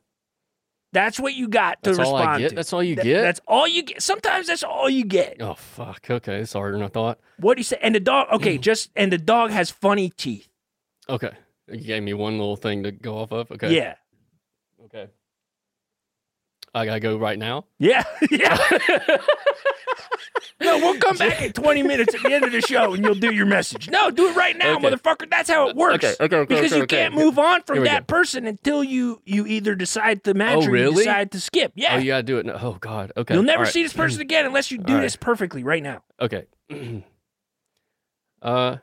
S1: That's what you got to
S2: That's all
S1: respond
S2: I get.
S1: to.
S2: That's all you
S1: Th-
S2: get.
S1: That's all you get. Sometimes that's all you get.
S2: Oh fuck. Okay. It's harder than I thought.
S1: What do you say? And the dog.
S2: Mm-hmm.
S1: Okay, just and the dog has funny teeth.
S2: Okay. You gave me one little thing to go off of. Okay.
S1: Yeah.
S2: Okay. I gotta go right now.
S1: Yeah, [laughs] yeah.
S2: [laughs]
S1: no, we'll come back in 20 minutes at the end of the show and you'll do your message. No, do it right now,
S2: Okay.
S1: motherfucker. That's how it works.
S2: okay, okay, okay,
S1: because
S2: okay,
S1: you
S2: okay.
S1: can't move on from
S2: Here we
S1: that person until you you either decide to match
S2: Oh,
S1: or
S2: really?
S1: you decide to skip. Yeah.
S2: Oh, you gotta do it. Now. Oh God. Okay.
S1: You'll never
S2: all right. Hmm.
S1: see this person again unless you do
S2: All right.
S1: this perfectly right now.
S2: Okay. [clears throat] uh,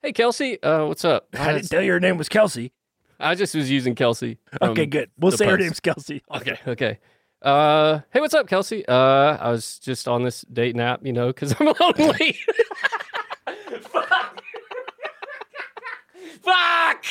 S2: hey Kelsey. Uh, what's up?
S1: [laughs] I didn't tell you her name was Kelsey.
S2: I just was using Kelsey.
S1: [laughs]
S2: from
S1: okay, good. We'll
S2: the
S1: say her
S2: post.
S1: name's Kelsey.
S2: [laughs] Okay. Okay. Uh, hey, what's up, Kelsey? Uh, I was just on this date nap, you know, because I'm [laughs] lonely. Fuck!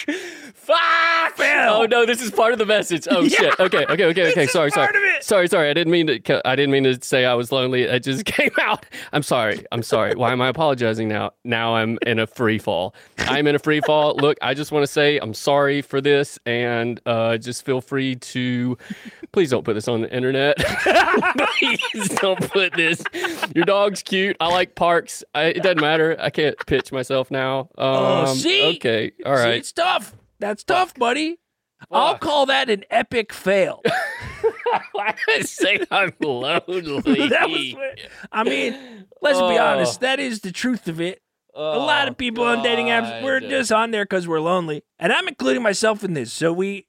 S2: Fuck! Oh no, this is part of the message. Oh shit. Okay. Okay. Okay. Okay. Sorry. Sorry.
S1: part of it.
S2: Sorry. Sorry. I didn't mean to. co- I didn't mean to say I was lonely. It just [laughs] came out. I'm sorry. I'm sorry. Why am I apologizing now? Now I'm in a free fall. I'm in a free
S1: [laughs]
S2: fall. Look, I just want to say I'm sorry for this, and uh, just feel free to please don't put this on the internet. [laughs] please don't put this. Your dog's cute. I like parks. I, it doesn't matter. I can't pitch myself now. Um,
S1: Oh, see?
S2: Okay. All
S1: See,
S2: right.
S1: it's tough. That's tough, buddy. I'll call that an epic
S2: [laughs]
S1: fail. [laughs]
S2: Why did I say [laughs] I'm lonely?
S1: that was what- I mean, let's be
S2: Oh.
S1: honest, that is the truth of it. a lot of people on dating
S2: Oh,
S1: apps, we're just on there because we're lonely. And I'm including myself in this. So
S2: [laughs]
S1: we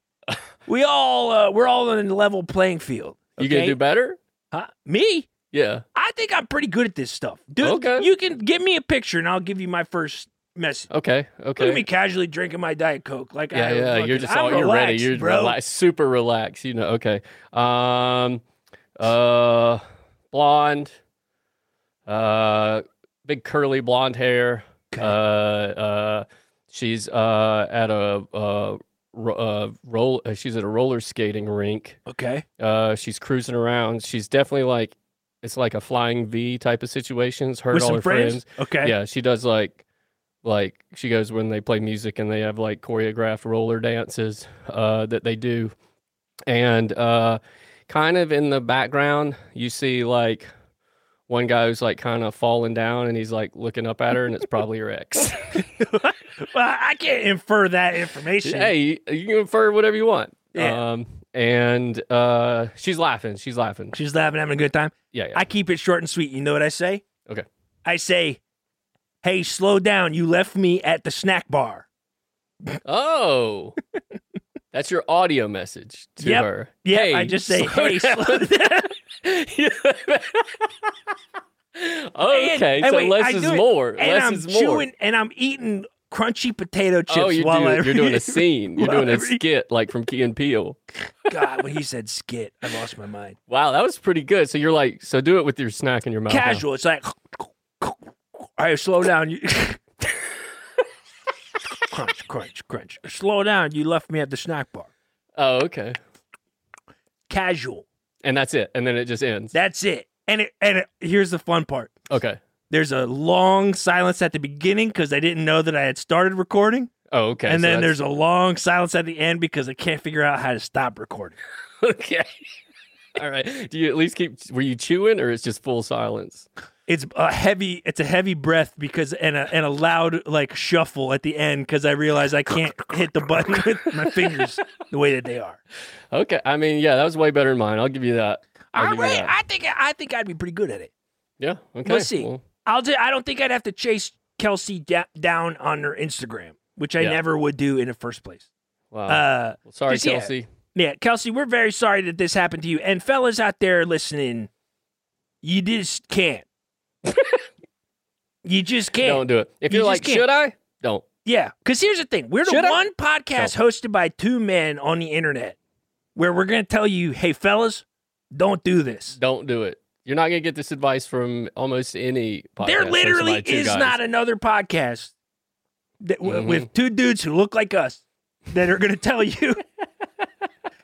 S1: we all uh, we're all on a level playing field.
S2: You gonna
S1: okay?
S2: do better?
S1: huh? me?
S2: Yeah.
S1: I think I'm pretty good at this stuff. Dude,
S2: Okay.
S1: you can give me a picture and I'll give you my first message.
S2: Okay. Okay.
S1: Look at me casually drinking my Diet Coke. Like
S2: yeah,
S1: I
S2: yeah.
S1: fucking-
S2: You're just
S1: I'm
S2: all you're ready.
S1: relaxed,
S2: You're
S1: bro.
S2: relaxed, super relaxed. You know. Okay. Um, uh, blonde. Uh, big curly blonde hair. Uh, uh, she's uh at a uh, ro- uh roll. Uh, she's at a roller skating rink.
S1: Okay.
S2: Uh, she's cruising around. She's definitely like, it's like a flying V type of situations. Her
S1: With
S2: and all
S1: some
S2: her
S1: friends?
S2: friends.
S1: Okay.
S2: Yeah, she does like, like she goes when they play music and they have like choreographed roller dances uh, that they do, and uh, kind of in the background you see like one guy who's like kind of falling down and he's like looking up at
S1: [laughs]
S2: her and it's probably her ex.
S1: Well, I can't infer that information.
S2: [laughs] hey, you, you can infer whatever you want.
S1: Yeah.
S2: Um, and uh, she's laughing. She's laughing.
S1: She's laughing, having a good time.
S2: Yeah. yeah.
S1: I keep it short and sweet. You know what I say?
S2: Okay.
S1: I say, hey, slow down. You left me at the snack bar.
S2: Oh, that's your audio message to
S1: Yep.
S2: her.
S1: Yeah,
S2: Hey,
S1: I just say,
S2: slow
S1: hey,
S2: down."
S1: slow [laughs] down. And-
S2: [laughs] okay,
S1: and
S2: so
S1: wait, I
S2: less
S1: do
S2: is
S1: it,
S2: more.
S1: And
S2: Less
S1: I'm
S2: is more.
S1: chewing and I'm eating crunchy potato chips
S2: oh, you're
S1: while I
S2: doing, you're doing a
S1: read-
S2: scene. You're
S1: while
S2: doing
S1: I
S2: a
S1: read-
S2: skit like from Key and Peele.
S1: God, when he said skit, I lost my mind.
S2: Wow, that was pretty good. So you're like, so do it with your snack in your mouth. now.
S1: Casual. It's like, all right, slow down. You. crunch, crunch, crunch. Slow down. You left me at the snack bar.
S2: Oh, okay.
S1: Casual.
S2: And that's it. And then it just ends.
S1: That's it. And it, and it, here's the fun part.
S2: okay.
S1: There's a long silence at the beginning because I didn't know that I had started recording,
S2: Oh, okay.
S1: and
S2: so
S1: then
S2: that's-
S1: there's a long silence at the end because I can't figure out how to stop recording.
S2: okay. [laughs] All right. Do you at least keep? Were you chewing, or it's just full silence?
S1: It's a heavy, it's a heavy breath because and a and a loud like shuffle at the end because I realize I can't hit the button with my fingers the way that they are.
S2: Okay. I mean, yeah, that was way better than mine. I'll give you that. I'll
S1: All
S2: give you
S1: right,
S2: that.
S1: I think I think I'd be pretty good at it.
S2: Yeah. Okay.
S1: Let's see.
S2: well,
S1: I'll do, I don't think I'd have to chase Kelsey da- down on her Instagram, which I
S2: Yeah.
S1: never would do in the first place.
S2: wow.
S1: Uh,
S2: Well, sorry,
S1: just, yeah.
S2: Kelsey.
S1: Yeah, Kelsey, we're very sorry that this happened to you. And fellas out there listening, you just can't. [laughs] you just can't.
S2: Don't do it. If
S1: You
S2: you're
S1: just
S2: like,
S1: can't.
S2: should I? Don't.
S1: Yeah, because here's the thing: we're the
S2: Should I?
S1: one podcast hosted by two men on the internet where we're gonna tell you, "Hey, fellas, don't do this."
S2: Don't do it. You're not gonna get this advice from almost any podcast.
S1: there
S2: hosted
S1: literally
S2: by two
S1: is
S2: guys.
S1: not another podcast that, w-
S2: Mhm.
S1: with two dudes who look like us that are gonna tell you, [laughs]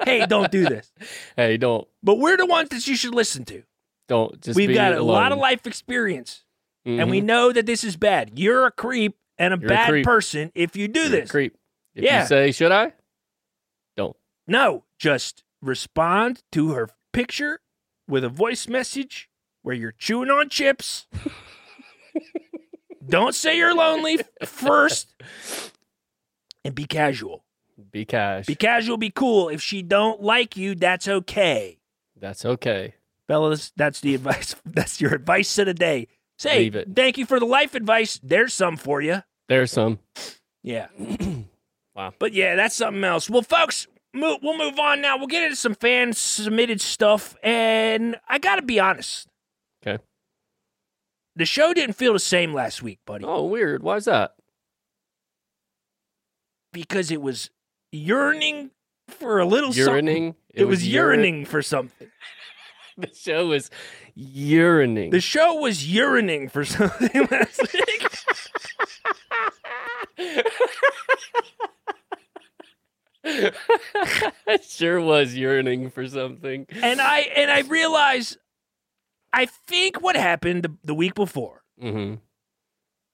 S1: "Hey, don't do this."
S2: Hey, don't,
S1: But we're the ones that you should listen to.
S2: don't. Just
S1: We've
S2: be
S1: got a
S2: alone.
S1: lot of life experience. and we
S2: Mhm.
S1: know that this is bad. You're a creep and a
S2: You're a
S1: bad
S2: creep.
S1: person if you do
S2: You're a
S1: this.
S2: creep. If
S1: Yeah.
S2: you say, should I?
S1: No, just respond to her picture with a voice message where you're chewing on chips.
S2: [laughs]
S1: Don't say you're lonely f- first, and be casual.
S2: Be cash.
S1: Be casual. Be cool. If she don't like you, that's okay.
S2: That's okay.
S1: Fellas, that's the advice. [laughs] That's your advice of the day. Say,
S2: Leave it.
S1: thank you for the life advice. There's some for you.
S2: There's
S1: [clears throat]
S2: some.
S1: Yeah.
S2: Wow.
S1: But yeah, that's something else. Well, folks, mo- we'll move on now. We'll get into some fan submitted stuff. And I got to be honest.
S2: Okay.
S1: The show didn't feel the same last week, buddy,
S2: Oh, weird. Why is that?
S1: because it was yearning for a little something.
S2: Urinating.
S1: It, was,
S2: urine-
S1: yearning for something.
S2: [laughs] The show was urinating.
S1: The show was yearning for [laughs] something last week.
S2: [laughs] it sure was yearning for something.
S1: and I and I realized I think what happened the, the week before
S2: hmm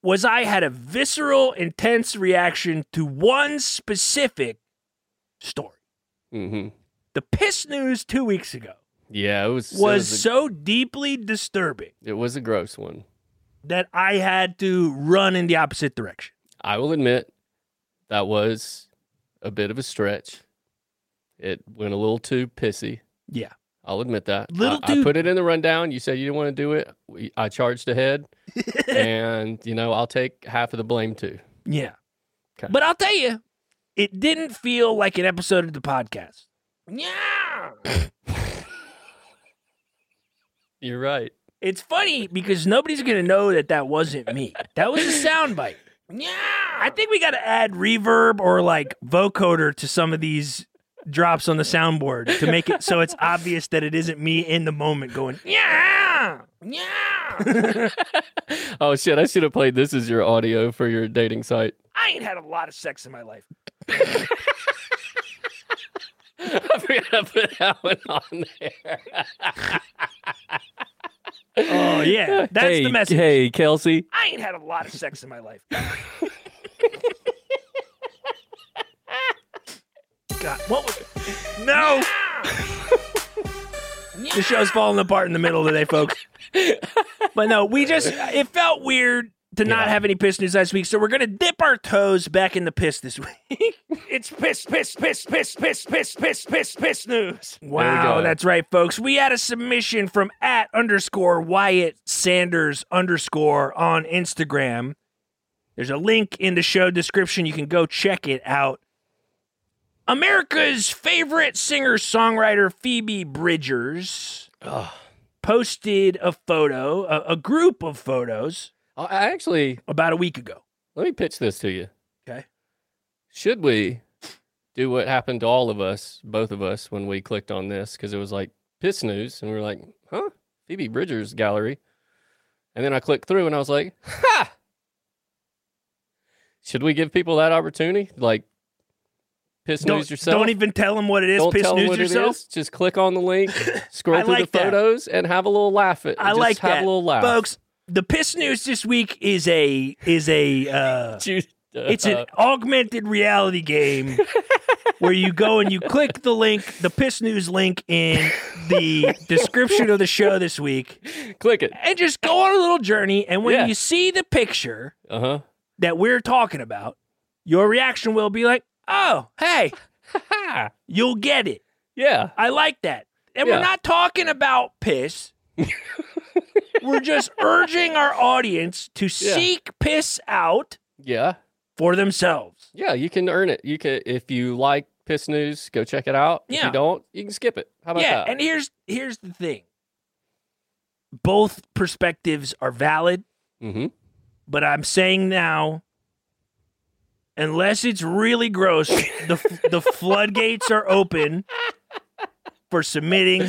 S1: was I had a visceral, intense reaction to one specific story.
S2: hmm
S1: The piss news two weeks ago
S2: Yeah, it was.
S1: was,
S2: it a-
S1: so deeply disturbing
S2: It was a gross one.
S1: that I had to run in the opposite direction.
S2: I will admit that was a bit of a stretch. It went a little too pissy.
S1: Yeah.
S2: I'll admit that.
S1: Little
S2: I, I
S1: too-
S2: put it in the rundown. You said you didn't want to do it. We, I
S1: [laughs]
S2: charged ahead, and you know I'll take half of the blame too.
S1: Yeah.
S2: Okay.
S1: But I'll tell you, it didn't feel like an episode of the podcast. Yeah.
S2: You're right.
S1: It's funny because nobody's gonna know that that wasn't me. That was a soundbite. Yeah, I think we gotta add reverb or like vocoder to some of these drops on the soundboard to make it so it's obvious that it isn't me in the moment going. Yeah, yeah.
S2: oh shit! I should have played this as your audio for your dating site. [laughs]
S1: I ain't had a lot of sex in my life.
S2: I forgot to put that one on there.
S1: Oh yeah, that's
S2: hey,
S1: the message.
S2: Hey, Kelsey.
S1: I ain't had a lot of sex in my life. God, what was? No. the show's falling apart in the middle today, folks. But no, we just it felt weird to not have any piss news last week, so we're gonna dip our toes back in the piss this week. [laughs] it's piss, piss, piss, piss, piss, piss, piss, piss, piss news. Wow,
S2: go.
S1: that's right, folks. We had a submission from at underscore Wyatt Sanders underscore on Instagram. There's a link in the show description. You can go check it out. America's favorite singer songwriter Phoebe Bridgers posted a photo, a, a group of photos,
S2: I I actually
S1: about a week ago.
S2: Let me pitch this to you.
S1: Okay.
S2: Should we do what happened to all of us, both of us, when we clicked on this? Because it was like piss news, and we were like, huh? Phoebe Bridgers gallery. And then I clicked through and I was like, ha! Should we give people that opportunity? Like, piss news
S1: Don't,
S2: yourself?
S1: don't even tell them what it is.
S2: Don't
S1: Piss
S2: tell 'em
S1: news
S2: what it
S1: yourself.
S2: is. Just click on the
S1: [laughs]
S2: link, scroll
S1: I
S2: through
S1: like
S2: the
S1: that.
S2: photos, and have a little laugh at.
S1: I
S2: just
S1: like
S2: have
S1: that.
S2: a little laugh,
S1: Folks, the piss news this week is a is a uh,
S2: [laughs] You- uh,
S1: it's
S2: [laughs]
S1: an augmented reality game where you go and you click the link, the piss news link in
S2: [laughs]
S1: the description of the show this week,
S2: click it.
S1: and just go on a little journey. And when
S2: Yeah.
S1: you see the picture,
S2: Uh [laughs] huh.
S1: that we're talking about, your reaction will be like, oh, hey,
S2: [laughs]
S1: you'll get it.
S2: Yeah.
S1: I like that. And
S2: Yeah.
S1: we're not talking about piss.
S2: [laughs]
S1: we're just urging our audience to seek piss out
S2: Yeah.
S1: for themselves.
S2: Yeah, you can earn it. You can if you like Piss News, go check it out. If
S1: Yeah.
S2: you don't, you can skip it. How about
S1: yeah,
S2: that?
S1: and here's here's the thing. Both perspectives are valid,
S2: mm-hmm.
S1: but I'm saying now unless it's really gross, the f-
S2: [laughs]
S1: the floodgates are open for submitting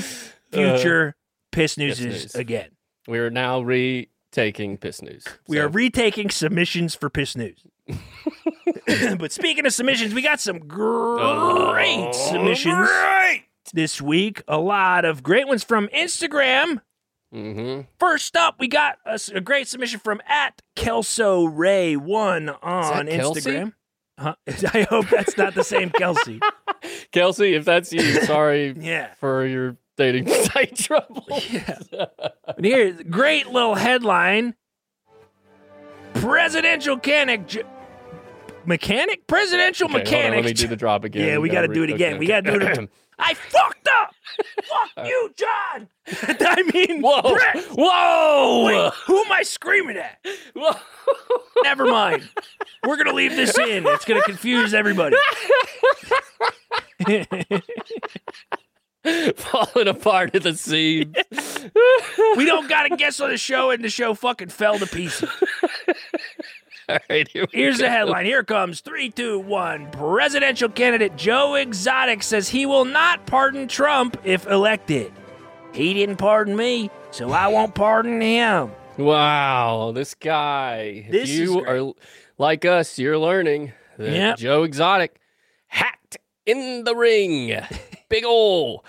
S1: future piss news
S2: Uh-huh. Piss News.
S1: again.
S2: We are now retaking Piss News.
S1: We
S2: So,
S1: are retaking submissions for piss
S2: [laughs]
S1: news. but speaking of submissions, we got some
S2: Oh,
S1: great submissions this week. A lot of great ones from Instagram.
S2: Mhm.
S1: First up, we got a, s- a great submission from at Kelso Ray one on
S2: Kelsey?
S1: Instagram. Huh? [laughs] I hope that's not the same
S2: [laughs]
S1: Kelsey.
S2: Kelsey,
S1: [laughs]
S2: if that's you, sorry
S1: Yeah.
S2: for your dating [laughs] site trouble.
S1: Yeah. And here, great little headline: Presidential mechanic, j- mechanic, presidential
S2: Okay, hold on,
S1: mechanic.
S2: let me do the drop again.
S1: Yeah, we gotta do it again. We gotta do it again. I fucked up.
S2: [laughs] Uh,
S1: Fuck you, John. [laughs] I mean, Brett.
S2: Whoa!
S1: Wait, who am I screaming at?
S2: Whoa!
S1: Never mind. We're gonna leave this in. It's gonna confuse everybody.
S2: [coughs] Falling apart at
S1: [laughs]
S2: the seams.
S1: We don't got a guest on the show, and the show fucking fell to pieces.
S2: All right, here we
S1: Here's
S2: go.
S1: the headline. Here comes three, two, one. Presidential candidate Joe Exotic says he will not pardon Trump if elected. He didn't pardon me, so I won't pardon him.
S2: Wow, this guy. If
S1: This is
S2: you
S1: great.
S2: are like us, you're learning that
S1: Yep.
S2: Joe Exotic hacked in the
S1: [laughs]
S2: ring. Big ol'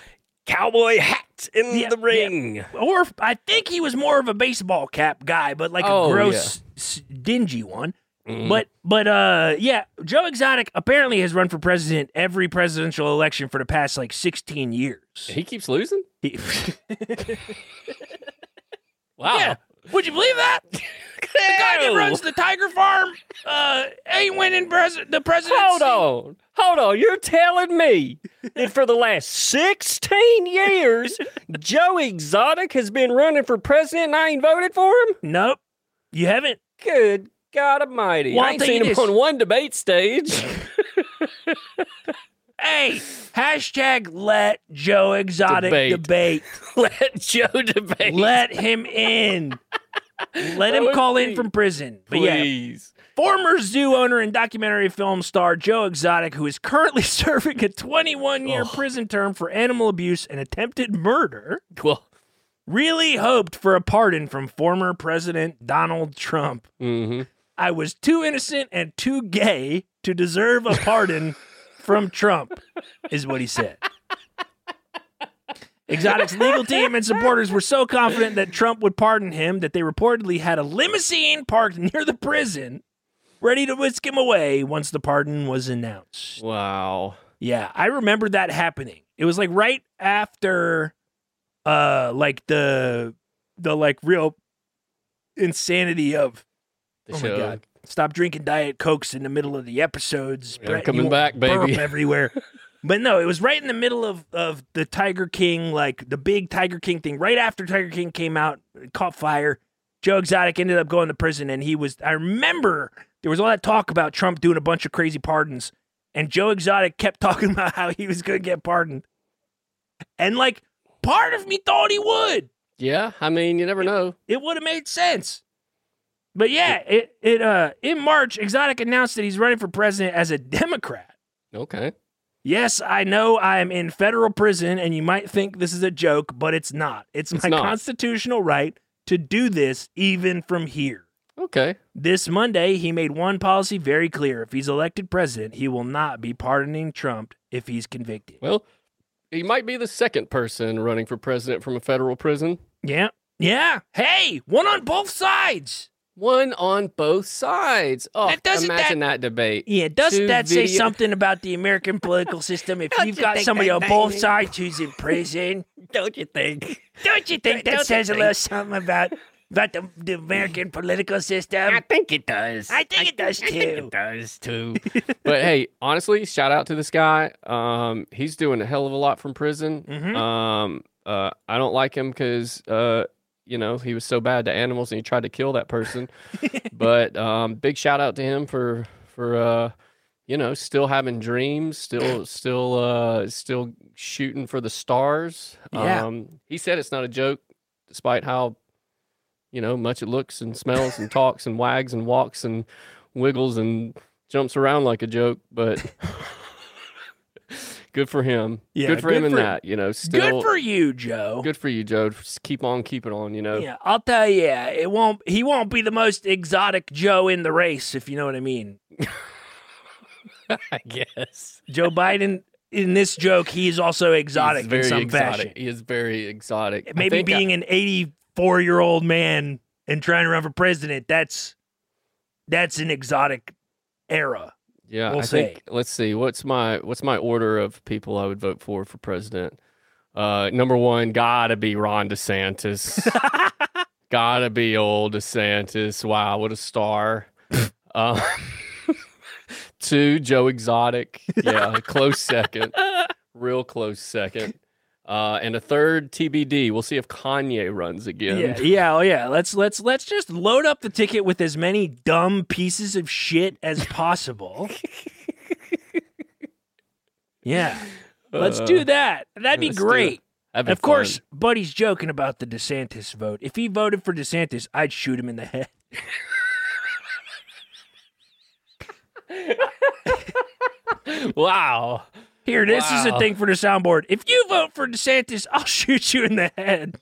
S2: cowboy hat in
S1: Yep,
S2: the
S1: yep.
S2: ring.
S1: Or if- I think he was more of a baseball cap guy, but like
S2: Oh,
S1: a
S2: yeah.
S1: gross, s dingy one.
S2: Mm.
S1: But but uh yeah, Joe Exotic apparently has run for president every presidential election for the past like 16 years. [laughs]
S2: he keeps losing?
S1: He-
S2: Wow.
S1: Yeah. Would you believe
S2: [laughs]
S1: that? The guy that
S2: Ew.
S1: runs the tiger farm uh, ain't winning pres- the presidency.
S2: Hold on. Hold on. You're
S1: [laughs]
S2: telling me that for the last 16 years, Joe Exotic has been running for president and I ain't voted for him?
S1: Nope. You haven't.
S2: Good God Almighty.
S1: Well,
S2: I
S1: I'll
S2: ain't
S1: tell you
S2: seen him
S1: this.
S2: on one debate stage. [laughs]
S1: Hey, hashtag let Joe Exotic
S2: Debate.
S1: debate.
S2: [laughs] Let Joe debate.
S1: Let him
S2: [laughs]
S1: in. Let
S2: Oh,
S1: him call in
S2: please.
S1: from prison. But yeah,
S2: Please.
S1: former zoo owner and documentary film star Joe Exotic, who is currently [laughs] serving a 21 year
S2: Ugh.
S1: prison term for animal abuse and attempted murder,
S2: Well,
S1: really hoped for a pardon from former President Donald Trump.
S2: mm-hmm.
S1: I was too innocent and too gay to deserve a pardon from Trump, is what he said. Exotic's legal team and supporters were so confident that Trump would pardon him that they reportedly had a limousine parked near the prison ready to whisk him away once the pardon was announced.
S2: Wow.
S1: Yeah, I remember that happening. It was like right after uh like the the like real insanity of
S2: The
S1: Oh my
S2: show.
S1: God. Stop drinking Diet Cokes in the middle of the episodes.
S2: Yeah,
S1: Brett, you
S2: coming
S1: won't
S2: back,
S1: burp
S2: baby. [laughs]
S1: everywhere. but no, it was right in the middle of, of the Tiger King, like the big Tiger King thing. Right after Tiger King came out, it caught fire. Joe Exotic ended up going to prison, and he was. I remember there was all that talk about Trump doing a bunch of crazy pardons, and Joe Exotic kept [laughs] talking about how he was going to get pardoned. And like, part of me thought he would
S2: Yeah, I mean, you never know.
S1: it would have made sense. But yeah, it it uh in March, Exotic announced that he's running for president as a Democrat.
S2: Okay.
S1: Yes, I know I am in federal prison, and you might think this is a joke, but it's not. It's,
S2: It's
S1: my
S2: not.
S1: constitutional right to do this, even from here.
S2: Okay.
S1: This Monday, he made one policy very clear: if he's elected president, he will not be pardoning Trump if he's convicted.
S2: Well, he might be the second person running for president from a federal prison.
S1: Yeah, yeah. Hey, one on both sides.
S2: One on both sides. Oh,
S1: That doesn't-
S2: imagine that, debate.
S1: Yeah, doesn't
S2: Two
S1: that say
S2: video-
S1: something about the American political system
S2: [laughs]
S1: if you've got somebody on both sides who's in prison?
S2: Don't you think?
S1: Don't you think that says a little something about about the, the American political system?
S4: think it does.
S1: I think it does too.
S4: does
S1: [laughs]
S4: too.
S2: but hey, honestly, shout out to this guy. Um, he's doing a hell of a lot from prison.
S1: Mhm.
S2: Um, uh, I don't like him because uh, you know he was so bad to animals and he tried to kill that person. but um, big shout out to him for for uh, you know still having dreams, still still uh, still shooting for the stars.
S1: Yeah.
S2: Um, he said it's not a joke, despite how you know much it looks and smells and talks and wags and walks and wiggles and jumps around like a joke, but [laughs] good for him.
S1: Yeah,
S2: good for him
S1: good
S2: in
S1: for-
S2: that, you know. Still
S1: Good for you, Joe.
S2: good for you, Joe. Just keep on keeping on, you know.
S1: Yeah, I'll tell you, it won't. He won't be the most exotic Joe in the race, if you know what I mean.
S2: [laughs] I guess.
S1: Joe Biden in this joke, he is also exotic
S2: He's very
S1: in some
S2: exotic.
S1: fashion.
S2: He is very exotic. I
S1: Maybe
S2: think I-
S1: being an 84 year old man and trying to run for president, that's that's an exotic era.
S2: yeah,
S1: we'll
S2: I think let's see. What's my what's my order of people I would vote for for president? Uh number 1 got to be Ron
S1: [laughs]
S2: DeSantis. got to be old DeSantis. Wow, what
S1: [laughs]
S2: a star. um [laughs]
S1: [laughs]
S2: Two, Joe Exotic. Yeah, close second. Real close second. Uh, and a third TBD. We'll see if Kanye runs again. [laughs]
S1: Yeah, yeah, oh yeah. Let's let's let's just load up the ticket with as many dumb pieces of shit as
S2: [laughs]
S1: possible. yeah. Let's
S2: Uh,
S1: do that. That'd be
S2: let's do it.
S1: great.
S2: That'd be
S1: Of course,
S2: fun.
S1: Buddy's joking about the DeSantis vote. If he voted for DeSantis, I'd shoot him in the head.
S2: Wow.
S1: Here, this is a
S2: Wow.
S1: thing for the soundboard. If you vote for DeSantis, I'll [laughs] shoot you in the head.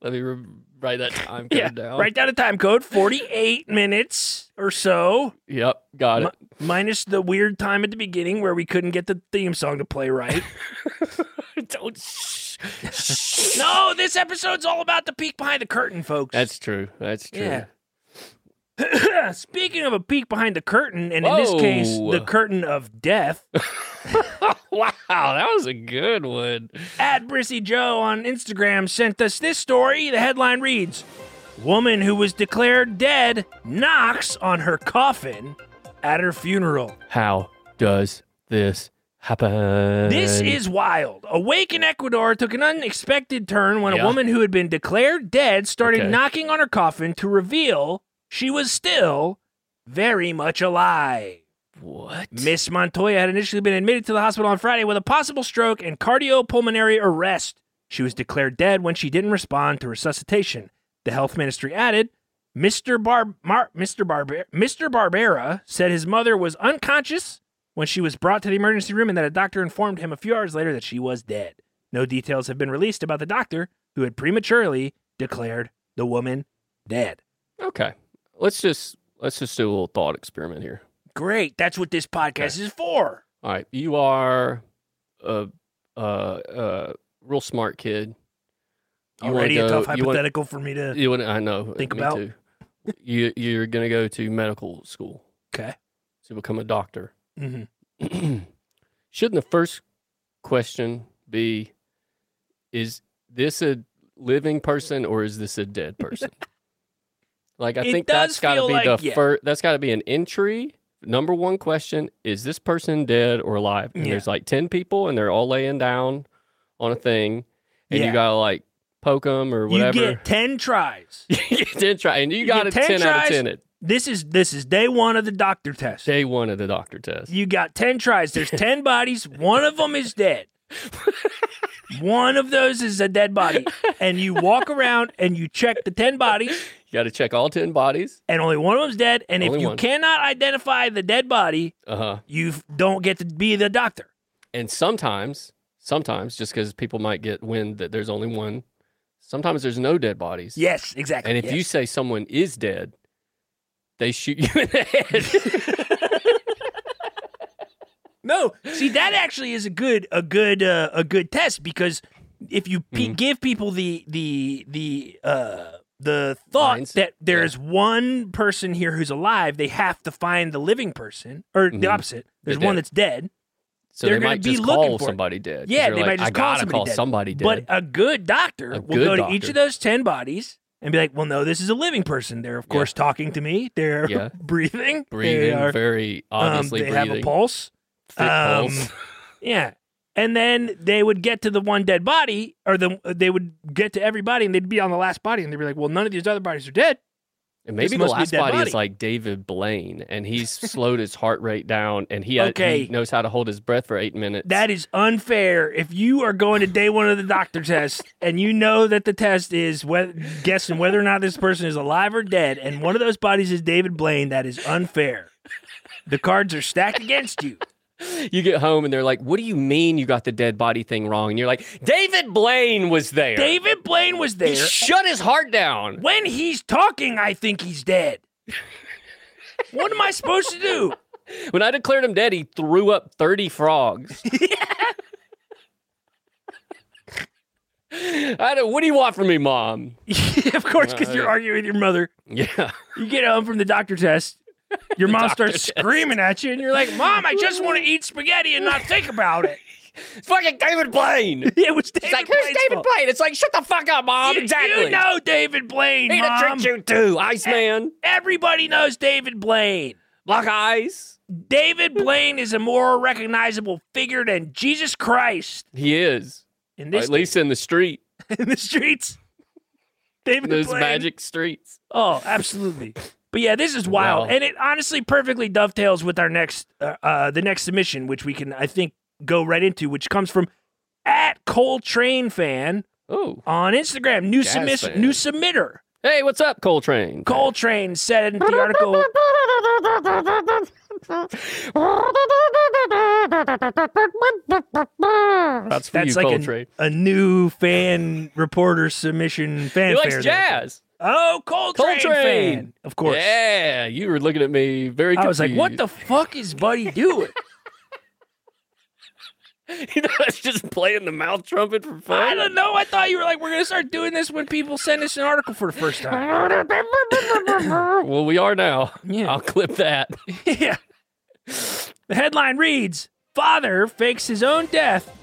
S2: Let me re- write that time
S1: [laughs]
S2: code
S1: Yeah,
S2: down.
S1: Write down a time code, 48 minutes or so,
S2: Yep. Got
S1: Mi-
S2: it.
S1: minus the weird time at the beginning where we couldn't get the theme song to play
S2: [laughs]
S1: right.
S2: Don't. Shh.
S1: no, this episode's all about the peek behind the curtain, folks.
S2: That's true. That's true.
S1: Yeah. [coughs] Speaking of a peek behind the curtain, and in this case,
S2: Whoa.
S1: the curtain of death,
S2: [laughs] wow, that was a good one.
S1: at Brissy Joe on Instagram sent us this story. The headline reads Woman who was declared dead knocks on her coffin at her funeral.
S2: How does this happen?
S1: This is wild. A wake in Ecuador took an unexpected turn when
S2: Yeah.
S1: a woman who had been declared dead started
S2: Okay.
S1: knocking on her coffin to reveal she was still very much alive.
S2: what?
S1: Miss Montoya had initially been admitted to the hospital on Friday with a possible stroke and cardiopulmonary arrest. She was declared dead when she didn't respond to resuscitation. The health ministry added, Mr. Bar- Mar- Mr. Barber- Mr. Barbera said his mother was unconscious when she was brought to the emergency room and that a doctor informed him a few hours later that she was dead. No details have been released about the doctor who had prematurely declared the woman dead.
S2: okay. Let's just let's just do a little thought experiment here.
S1: Great. That's what this podcast is for.
S2: All right, you are a a, a real smart kid. wanna
S1: Already a
S2: go-
S1: tough
S2: you wanna-
S1: hypothetical for me to.
S2: You want? I know.
S1: Think
S2: me
S1: about.
S2: Too. You you're gonna go to medical school
S1: Okay.
S2: to become a doctor.
S1: Mm-hmm.
S2: [clears throat] Shouldn't the first question be, is this a living person or is this a
S1: [laughs]
S2: dead person? like I
S1: It
S2: think
S1: does
S2: that's got to
S1: feel
S2: be
S1: like,
S2: the
S1: yeah.
S2: first. That's got to be an entry. Number one question: Is this person dead or alive? And
S1: Yeah.
S2: there's like ten people, and they're all laying down on a thing, and
S1: Yeah.
S2: you gotta like poke them or whatever.
S1: You get ten
S2: [laughs]
S1: tries.
S2: You ten try, and you,
S1: you
S2: got a
S1: get 10
S2: ten out
S1: tries.
S2: of ten at
S1: This is this is day one of the doctor test.
S2: day one of the doctor test.
S1: You got ten tries.
S2: [laughs]
S1: There's ten bodies. One of them is dead. one of those is a dead body, and you
S2: [laughs]
S1: walk around and you check the ten bodies,
S2: You got to check all ten bodies.
S1: and only one of them's dead. And if
S2: Only
S1: you
S2: one.
S1: cannot identify the dead body,
S2: Uh huh.
S1: you f- don't get to be the doctor.
S2: And sometimes, sometimes, just because people might get wind that there's only one, sometimes there's no dead bodies.
S1: Yes, exactly.
S2: And if you
S1: yes.
S2: say someone is dead, they shoot you [laughs] in the head.
S1: no, see that actually is a good a good uh, a good test because if you pe-
S2: Mm-hmm.
S1: give people the the the uh the thought
S2: Minds?
S1: that there
S2: Yeah.
S1: is one person here who's alive, they have to find the living person or the
S2: Mhm.
S1: opposite. There's
S2: They're
S1: one
S2: dead.
S1: that's dead.
S2: so
S1: They're
S2: they
S1: gonna
S2: might
S1: be
S2: just
S1: looking
S2: call
S1: for it.
S2: somebody dead. 'cause
S1: Yeah,
S2: they're
S1: they
S2: like,
S1: might just
S2: I
S1: call
S2: gotta
S1: somebody
S2: call
S1: dead.
S2: somebody dead.
S1: But a good doctor
S2: A
S1: will go
S2: good
S1: to each
S2: doctor.
S1: of those 10 bodies and be like, well, no, this is a living person. They're, of
S2: Yeah.
S1: course, talking to me. They're
S2: Yeah.
S1: [laughs] breathing. They
S2: breathing,
S1: are,
S2: very
S1: um,
S2: obviously
S1: they
S2: breathing.
S1: have a pulse.
S2: thick
S1: um,
S2: pulse.
S1: Yeah. And then they would get to the one dead body, or the, they would get to everybody and they'd be on the last body and they'd be like, well, none of these other bodies are dead.
S2: And
S1: This
S2: maybe the
S1: must be a
S2: last
S1: dead
S2: body,
S1: body.
S2: is like David Blaine, and he's slowed his heart rate down, and he,
S1: Okay.
S2: he knows how to hold his breath for eight minutes.
S1: That is unfair. If you are going to day one of the doctor test and you know that the test is whe- guessing whether or not this person is alive or dead, and one of those bodies is David Blaine, that is unfair. The cards are stacked against you.
S2: you get home and they're like, "What do you mean you got the dead body thing wrong?" And you're like, "David Blaine was there.
S1: David Blaine was
S2: he
S1: there.
S2: shut his heart down."
S1: When he's talking, I think he's dead. What am I supposed to do?
S2: When I declared him dead, he threw up
S1: [laughs]
S2: thirty frogs. I don't, what do you want from me, mom?
S1: of course, because you're arguing with your mother.
S2: Yeah,
S1: You get home from the doctor test. [laughs] Your mom starts screaming at you, and you're like, Mom, I just want to eat spaghetti and not think about [laughs] it.
S2: fucking David Blaine.
S1: [laughs]
S2: It's
S1: It was David
S2: like, who's
S1: Blaine's
S2: David
S1: fault.
S2: Blaine? It's like, shut the fuck up, mom.
S1: You-
S2: exactly.
S1: You know David Blaine,
S2: He done
S1: Mom.
S2: tricked you too, Iceman.
S1: Everybody knows David Blaine.
S2: Black eyes.
S1: David Blaine is a more recognizable figure than Jesus Christ
S2: He is.
S1: in
S2: Or
S1: this
S2: At least in the street,
S1: [laughs] in the [laughs] streets. David
S2: those
S1: Blaine.
S2: magic streets.
S1: Oh, absolutely. But yeah, this is wild,
S2: Wow.
S1: and it honestly perfectly dovetails with our next, uh, uh, the next submission, which we can I think go right into, which comes from at Coltrane fan
S2: Oh,
S1: on Instagram. New
S2: Jazz
S1: submiss-
S2: fan.
S1: new submitter.
S2: hey, what's up, Coltrane?
S1: Coltrane said in the article.
S2: That's for
S1: That's
S2: you,
S1: like
S2: Coltrane.
S1: a, a new fan reporter submission
S2: he
S1: fan.
S2: likes jazz.
S1: Oh, Coltrane,
S2: Coltrane!
S1: fan. Of course.
S2: Yeah, you were looking at me very.
S1: I
S2: Confused.
S1: was like, what the fuck is Buddy doing?
S2: [laughs] You know, That's just playing the mouth trumpet for fun.
S1: I don't know. I thought you were like, we're going to start doing this when people send us an article for the
S2: [laughs]
S1: first time.
S2: [laughs] Well, we are now.
S1: Yeah.
S2: I'll clip that.
S1: [laughs] yeah. The headline reads Father fakes his own death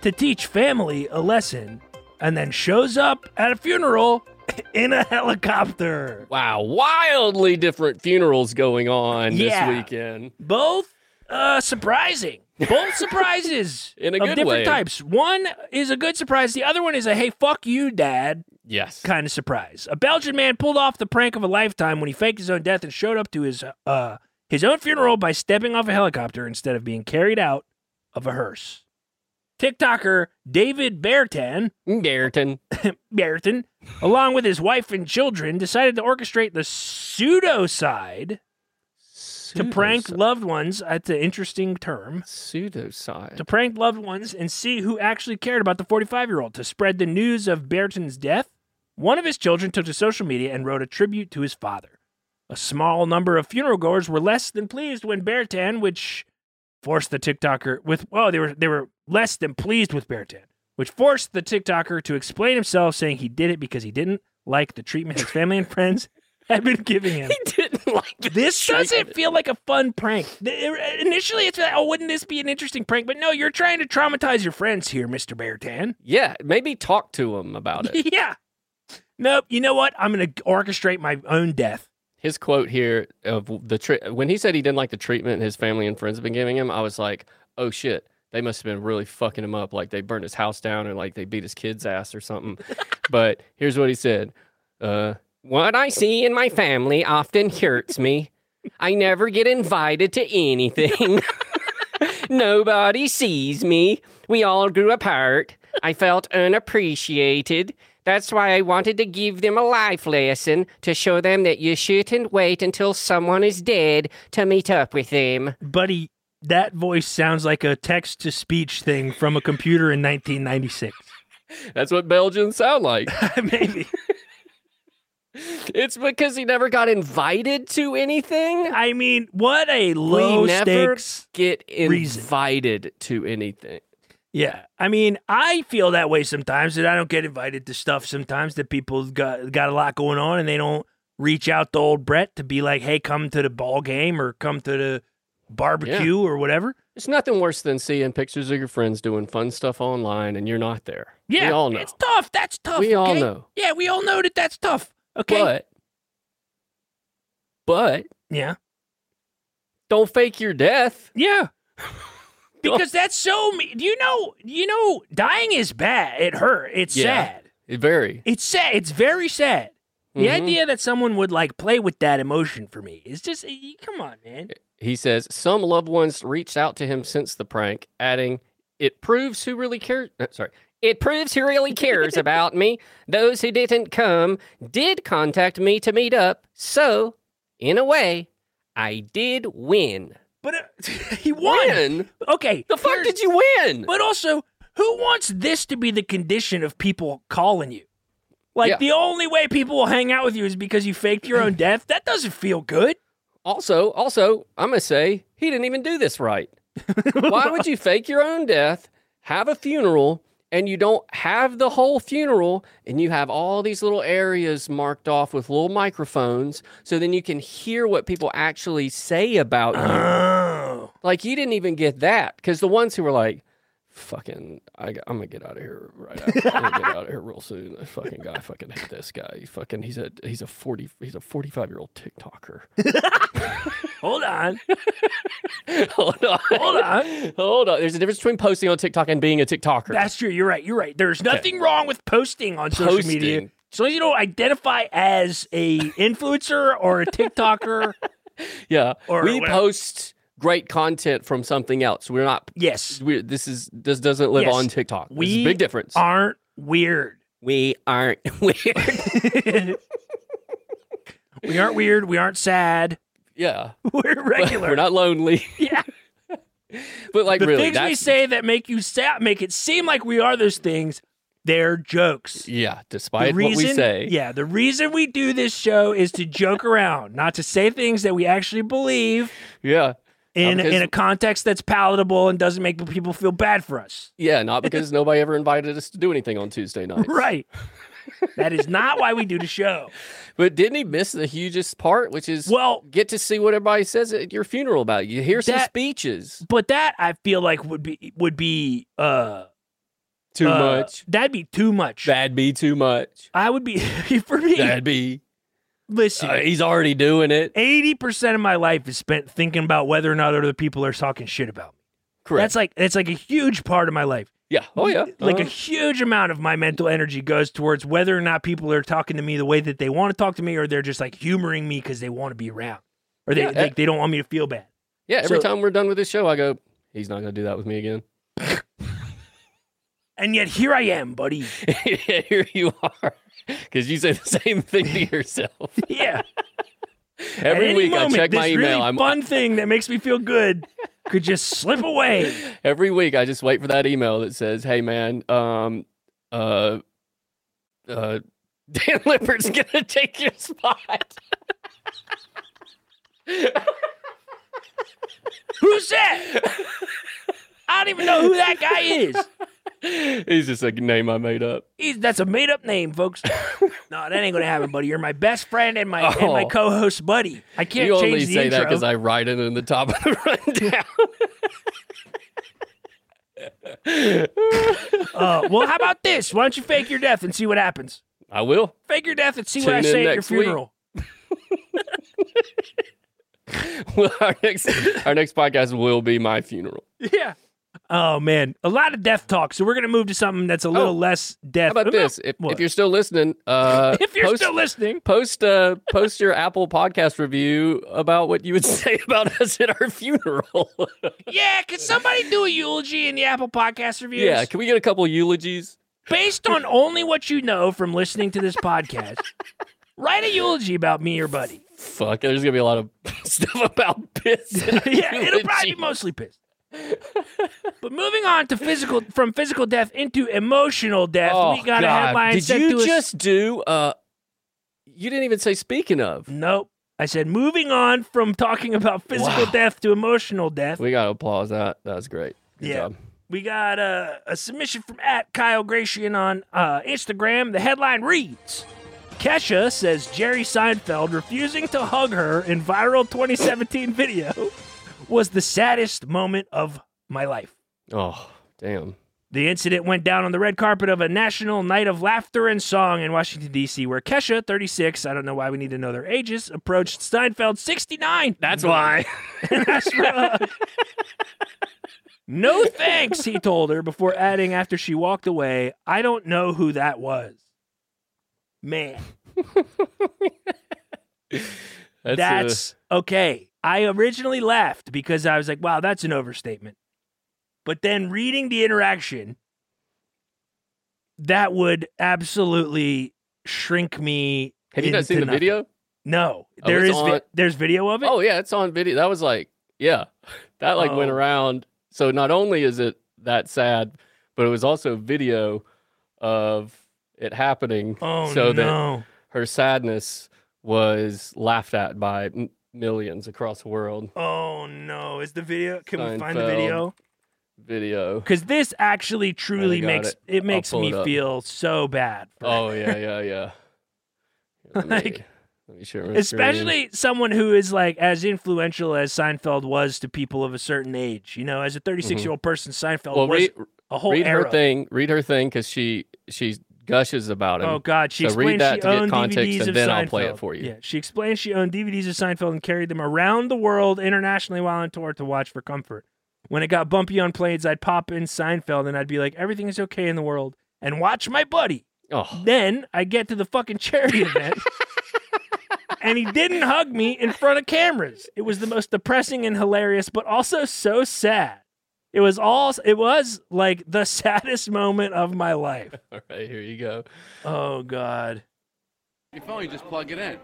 S1: to teach family a lesson and then shows up at a funeral [laughs] in a helicopter.
S2: Wow, wildly different funerals going on
S1: Yeah.
S2: this weekend.
S1: Both uh, surprising.
S2: [laughs]
S1: Both surprises
S2: In a
S1: of
S2: good
S1: different
S2: way.
S1: types. One is a good surprise. The other one is a hey, fuck you, dad.
S2: Yes.
S1: kind of surprise. A Belgian man pulled off the prank of a lifetime when he faked his own death and showed up to his uh his own funeral by stepping off a helicopter instead of being carried out of a hearse. TikToker David Bertan,
S2: Garrison.
S1: Bertan, along with his wife and children, decided to orchestrate the pseudocide to prank loved ones. That's an interesting term.
S2: Pseudoside.
S1: To prank loved ones and see who actually cared about the 45 year old. To spread the news of Bearton's death, one of his children took to social media and wrote a tribute to his father. A small number of funeral goers were less than pleased when Bearton, which forced the TikToker with well, they were they were less than pleased with Bearton, which forced the TikToker to explain himself, saying he did it because he didn't like the treatment his family and friends had been giving him.
S2: He [laughs] didn't like the
S1: This
S2: shape of
S1: doesn't
S2: it.
S1: feel like a fun prank. The- Initially, it's like, oh, wouldn't this be an interesting prank? But no, you're trying to traumatize your friends here, Mr. Beartan.
S2: Yeah, maybe talk to him
S1: [laughs]
S2: about it.
S1: yeah. Nope. You know what? I'm going to orchestrate my own death.
S2: His quote here of the tri- when he said he didn't like the treatment his family and friends have been giving him, I was like, oh shit, they must have been really fucking him up. Like they burned his house down or like they beat his kid's ass or [laughs] something. but here's what he said: uh, What I see in my family often hurts me. I never get invited to anything. [laughs] Nobody sees me. We all grew apart. I felt unappreciated. That's why I wanted to give them a life lesson to show them that you shouldn't wait until someone is dead to meet up with them.
S1: Buddy, that voice sounds like a text to speech thing from a computer in
S2: [laughs]
S1: 1996.
S2: That's what Belgians sound like.
S1: Maybe.
S2: it's because he never got invited to anything.
S1: I mean, what a low
S2: we never
S1: stakes.
S2: get
S1: reason.
S2: invited to anything.
S1: Yeah. I mean, I feel that way sometimes that I don't get invited to stuff sometimes that people got got a lot going on and they don't reach out to old Brett to be like, "Hey, come to the ball game or come to the barbecue or whatever."
S2: It's nothing worse than seeing pictures of your friends doing fun stuff online and you're not there.
S1: Yeah.
S2: we all know.
S1: It's tough. That's tough.
S2: We all
S1: okay?
S2: know.
S1: Yeah, we all know that that's tough. Okay.
S2: But, but
S1: yeah.
S2: don't fake your death. [laughs]
S1: Yeah. because that's so me- you know, you know dying is bad. It hurt. It's
S2: Yeah.
S1: sad.
S2: Very.
S1: It's sad. It's very sad. The
S2: Mhm.
S1: idea that someone would like play with that emotion for me is just eh, come on, man.
S2: He says some loved ones reached out to him since the prank, adding, "It proves who really cares." uh, Sorry. It proves who really cares about me. Those who didn't come did contact me to meet up. So, in a way, I did win.
S1: But uh, [laughs] he won.
S2: Win?
S1: Okay.
S2: The fuck
S1: here's-
S2: did you win?
S1: But also, who wants this to be the condition of people calling you? Like
S2: Yeah.
S1: the only way people will hang out with you is because you faked your own death. That doesn't feel good.
S2: Also, also, I'm gonna say he didn't even do this right. [laughs] Why would you fake your own death, have a funeral, and you don't have the whole funeral, and you have all these little areas marked off with little microphones, so then you can hear what people actually say about you?
S1: [clears throat] Oh.
S2: Like you didn't even get that because the ones who were like, "Fucking, I, am gonna get out of here right after. I'm gonna get out of here real soon." This fucking guy, I fucking hate this guy. He fucking, he's a he's a forty he's a forty five year old TikToker. [laughs]
S1: Hold on.
S2: Hold on.
S1: Hold [laughs] on.
S2: Hold on. There's a difference between posting on TikTok and being a TikToker.
S1: That's true. You're right. You're right. There's nothing wrong with posting on social media.
S2: Posting.
S1: As long as you don't identify as a influencer or a [laughs] TikToker.
S2: yeah.
S1: Or
S2: we
S1: whatever.
S2: post great content from something else. We're not.
S1: Yes.
S2: We're, this is this doesn't live
S1: Yes.
S2: on TikTok. This is a
S1: We
S2: big difference.
S1: Aren't weird.
S2: we aren't [laughs] weird.
S1: [laughs] We aren't weird. We aren't sad.
S2: yeah.
S1: We're regular.
S2: [laughs] We're not lonely.
S1: [laughs]
S2: [laughs]
S1: Yeah.
S2: But like
S1: the
S2: really,
S1: things we
S2: that's
S1: say that make you sad, make it seem like we are those things, they're jokes.
S2: yeah.
S1: The
S2: Despite
S1: reason,
S2: what we say,
S1: yeah, the reason we do this show is to joke around, not to say things that we actually believe
S2: yeah,
S1: in
S2: because-
S1: in a context that's palatable and doesn't make people feel bad for
S2: [laughs]
S1: us.
S2: yeah. Not because nobody ever invited us to do anything on Tuesday night.
S1: [laughs] Right. that is not why we do the show.
S2: But didn't he miss the hugest part, which is
S1: Well,
S2: get to see what everybody says at your funeral about you? You hear some
S1: That-
S2: speeches.
S1: but that I feel like would be would be uh
S2: Too
S1: uh,
S2: much.
S1: That'd be too much.
S2: That'd be too much.
S1: I would be [laughs] for me.
S2: That'd be.
S1: listen,
S2: Uh, he's already doing it.
S1: eighty percent of my life is spent thinking about whether or not other people are talking shit about me.
S2: Correct.
S1: That's like that's like a huge part of my life.
S2: yeah. Oh yeah.
S1: Like a
S2: Uh-huh.
S1: huge amount of my mental energy goes towards whether or not people are talking to me the way that they want to talk to me, or they're just like humoring me because they want to be around, or they
S2: Yeah,
S1: they,
S2: eh.
S1: they don't want me to feel bad.
S2: yeah. Every
S1: so-
S2: time we're done with this show, I go. He's not gonna do that with me again. [laughs]
S1: And yet here I am,
S2: [laughs]
S1: buddy.
S2: Here you are, because you say the same thing to
S1: [laughs]
S2: yourself
S1: Yeah. At
S2: every
S1: any
S2: week.
S1: moment,
S2: I check
S1: this
S2: my email.
S1: Really
S2: I'm
S1: fun thing that makes me feel good could just slip away.
S2: every week I just wait for that email that says, "Hey man, um, uh, uh, [laughs] Dan Lippert's gonna take your spot."
S1: Who's that? I don't even know who that guy is.
S2: He's just a name I made up.
S1: He's, that's a made up name,
S2: [laughs]
S1: folks. no, that ain't gonna happen, buddy. You're my best friend and my and my
S2: Oh.
S1: co-host, buddy. I can't
S2: you
S1: change
S2: only
S1: the
S2: say that
S1: intro.
S2: because I write it in the [laughs] top of the rundown.
S1: uh, well, how about this? Why don't you fake your death and see what happens?
S2: I will.
S1: Fake your death and see what I
S2: Tune in
S1: say at your
S2: next week.
S1: funeral.
S2: [laughs] Well, our next our next podcast will be my funeral.
S1: Yeah. Oh man, a lot of death talk. So we're gonna move to something that's a little less
S2: Oh. How
S1: death.
S2: about this? If,
S1: What?
S2: if you're still listening, uh,
S1: [laughs] If you're
S2: post,
S1: still listening,
S2: post uh post your Apple podcast review about what you would [laughs] say about us at
S1: [laughs]
S2: our funeral.
S1: yeah, could somebody do a eulogy in the Apple Podcast reviews?
S2: yeah, can we get a couple eulogies?
S1: based on only what you know from listening to this podcast, write a eulogy about me or
S2: [laughs]
S1: buddy.
S2: Fuck, there's gonna be a lot of [laughs] stuff about piss. in our
S1: [laughs] Yeah,
S2: [laughs]
S1: it'll probably
S2: eulogy.
S1: be mostly pissed. but moving on to physical from physical death into emotional death,
S2: Oh,
S1: we got a
S2: God.
S1: headline
S2: Did
S1: sent
S2: you
S1: to us.
S2: just do? Uh, you didn't even say. Speaking of,
S1: Nope. I said moving on from talking about physical
S2: Wow.
S1: death to emotional death.
S2: we gotta applause that. That was great. Good
S1: Yeah.
S2: job.
S1: We got uh, a submission from at Kyle Gracian on uh, Instagram. The headline reads Kesha says Jerry Seinfeld refusing to hug her in viral 2017 video was the saddest moment of my life.
S2: Oh damn.
S1: The incident went down on the red carpet of a national night of laughter and song in Washington, D.C., where Kesha, 36, I don't know why we need to know their ages, approached Seinfeld, 69.
S4: That's why.
S1: [laughs] That's right. no thanks, he told her before adding after she walked away, I don't know who that was. Man,
S2: That's, uh,
S1: that's, okay. I originally laughed because I was like, wow, that's an overstatement. But then reading the interaction, that would absolutely shrink me.
S2: have you not
S1: into
S2: seen the
S1: nothing.
S2: video?
S1: No,
S2: Oh,
S1: there
S2: it's
S1: is vi-
S2: on-
S1: there's video of it.
S2: Oh yeah, it's on video. That was like yeah, that like went
S1: Oh.
S2: around. So not only is it that sad, but it was also video of it happening.
S1: Oh,
S2: so that
S1: no.
S2: her sadness was laughed at by m- millions across the world.
S1: Oh no! Is the video? Can we find the
S2: Seinfeld.
S1: video? [laughs]
S2: Video.
S1: Because this actually truly
S2: got
S1: makes it,
S2: it. I'll
S1: makes
S2: pull
S1: me
S2: it up.
S1: feel so bad. for-
S2: Oh yeah, yeah, yeah. Let me-
S1: Like,
S2: let me share my screen.
S1: especially someone who is like as influential as Seinfeld was to people of a certain age. You know, as a 36 year old person, Seinfeld
S2: Mm-hmm. Well,
S1: was
S2: read,
S1: a whole
S2: read
S1: era.
S2: her thing. Read her thing because she she gushes about him.
S1: Oh God, she
S2: so
S1: explained
S2: read that
S1: she
S2: to get
S1: owned
S2: context,
S1: DVDs
S2: and
S1: of
S2: then
S1: Seinfeld.
S2: I'll play it for you.
S1: Yeah, she explained she owned DVDs of Seinfeld and carried them around the world internationally while on tour to watch for comfort. When it got bumpy on planes, I'd pop in Seinfeld and I'd be like, "Everything is okay in the world," and watch my buddy.
S2: Oh, [laughs]
S1: Then I get to the fucking charity event. And he didn't hug me in front of cameras. It was the most depressing and hilarious, but also so sad. It was all it was like the [laughs] saddest moment of my life.
S2: all right, here you go.
S1: Oh God.
S11: Your phone, you just plug it in.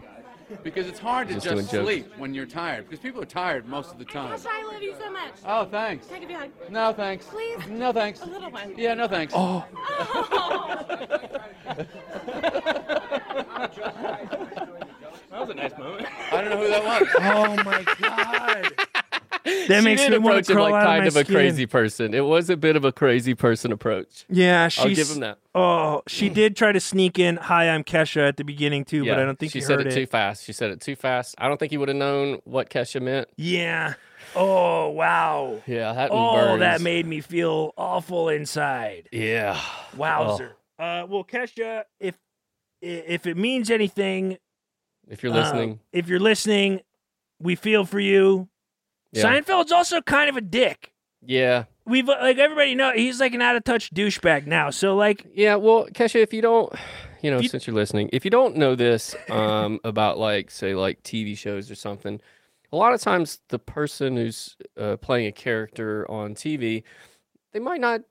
S11: Because it's hard to
S2: Just
S11: just,
S2: doing jokes.
S11: sleep when you're tired. Because people are tired most of the time.
S12: Gosh, I love you so much.
S11: Oh, thanks.
S12: Take a hug.
S11: No, thanks.
S12: Please?
S11: No, thanks.
S12: A little one.
S11: Yeah, no, thanks.
S12: Oh.
S11: That was a nice moment. I don't know who that was.
S1: Oh my
S2: [laughs]
S1: god. That
S2: She
S1: makes
S2: did
S1: me want
S2: approach
S1: to
S2: him
S1: crawl
S2: like
S1: out
S2: kind
S1: of,
S2: of,
S1: my
S2: a
S1: skin.
S2: crazy person. It was a bit of a crazy person approach.
S1: Yeah, she's.
S2: I'll give him that.
S1: Oh, she did try to sneak in "Hi, I'm Kesha" at the beginning too,
S2: Yeah,
S1: but I don't think
S2: she
S1: he
S2: said
S1: heard
S2: it, too fast. She said it too fast. I don't think he would have known what Kesha meant.
S1: Yeah. Oh wow.
S2: Yeah, that one
S1: Oh,
S2: burns.
S1: that made me feel awful inside.
S2: Yeah.
S1: Wowzer.
S2: Oh.
S1: Uh, well, Kesha, if if it means anything,
S2: If you're
S1: uh,
S2: listening,
S1: if you're listening, we feel for you.
S2: Yeah.
S1: Seinfeld's also kind of a dick.
S2: yeah,
S1: We've uh, like everybody know he's like an out of touch douchebag now. So like,
S2: yeah. Well, Kesha, if you don't, you know, since you're listening, if you don't know this um, [laughs] about like say like TV shows or something, a lot of times the person who's uh, playing a character on TV, they might not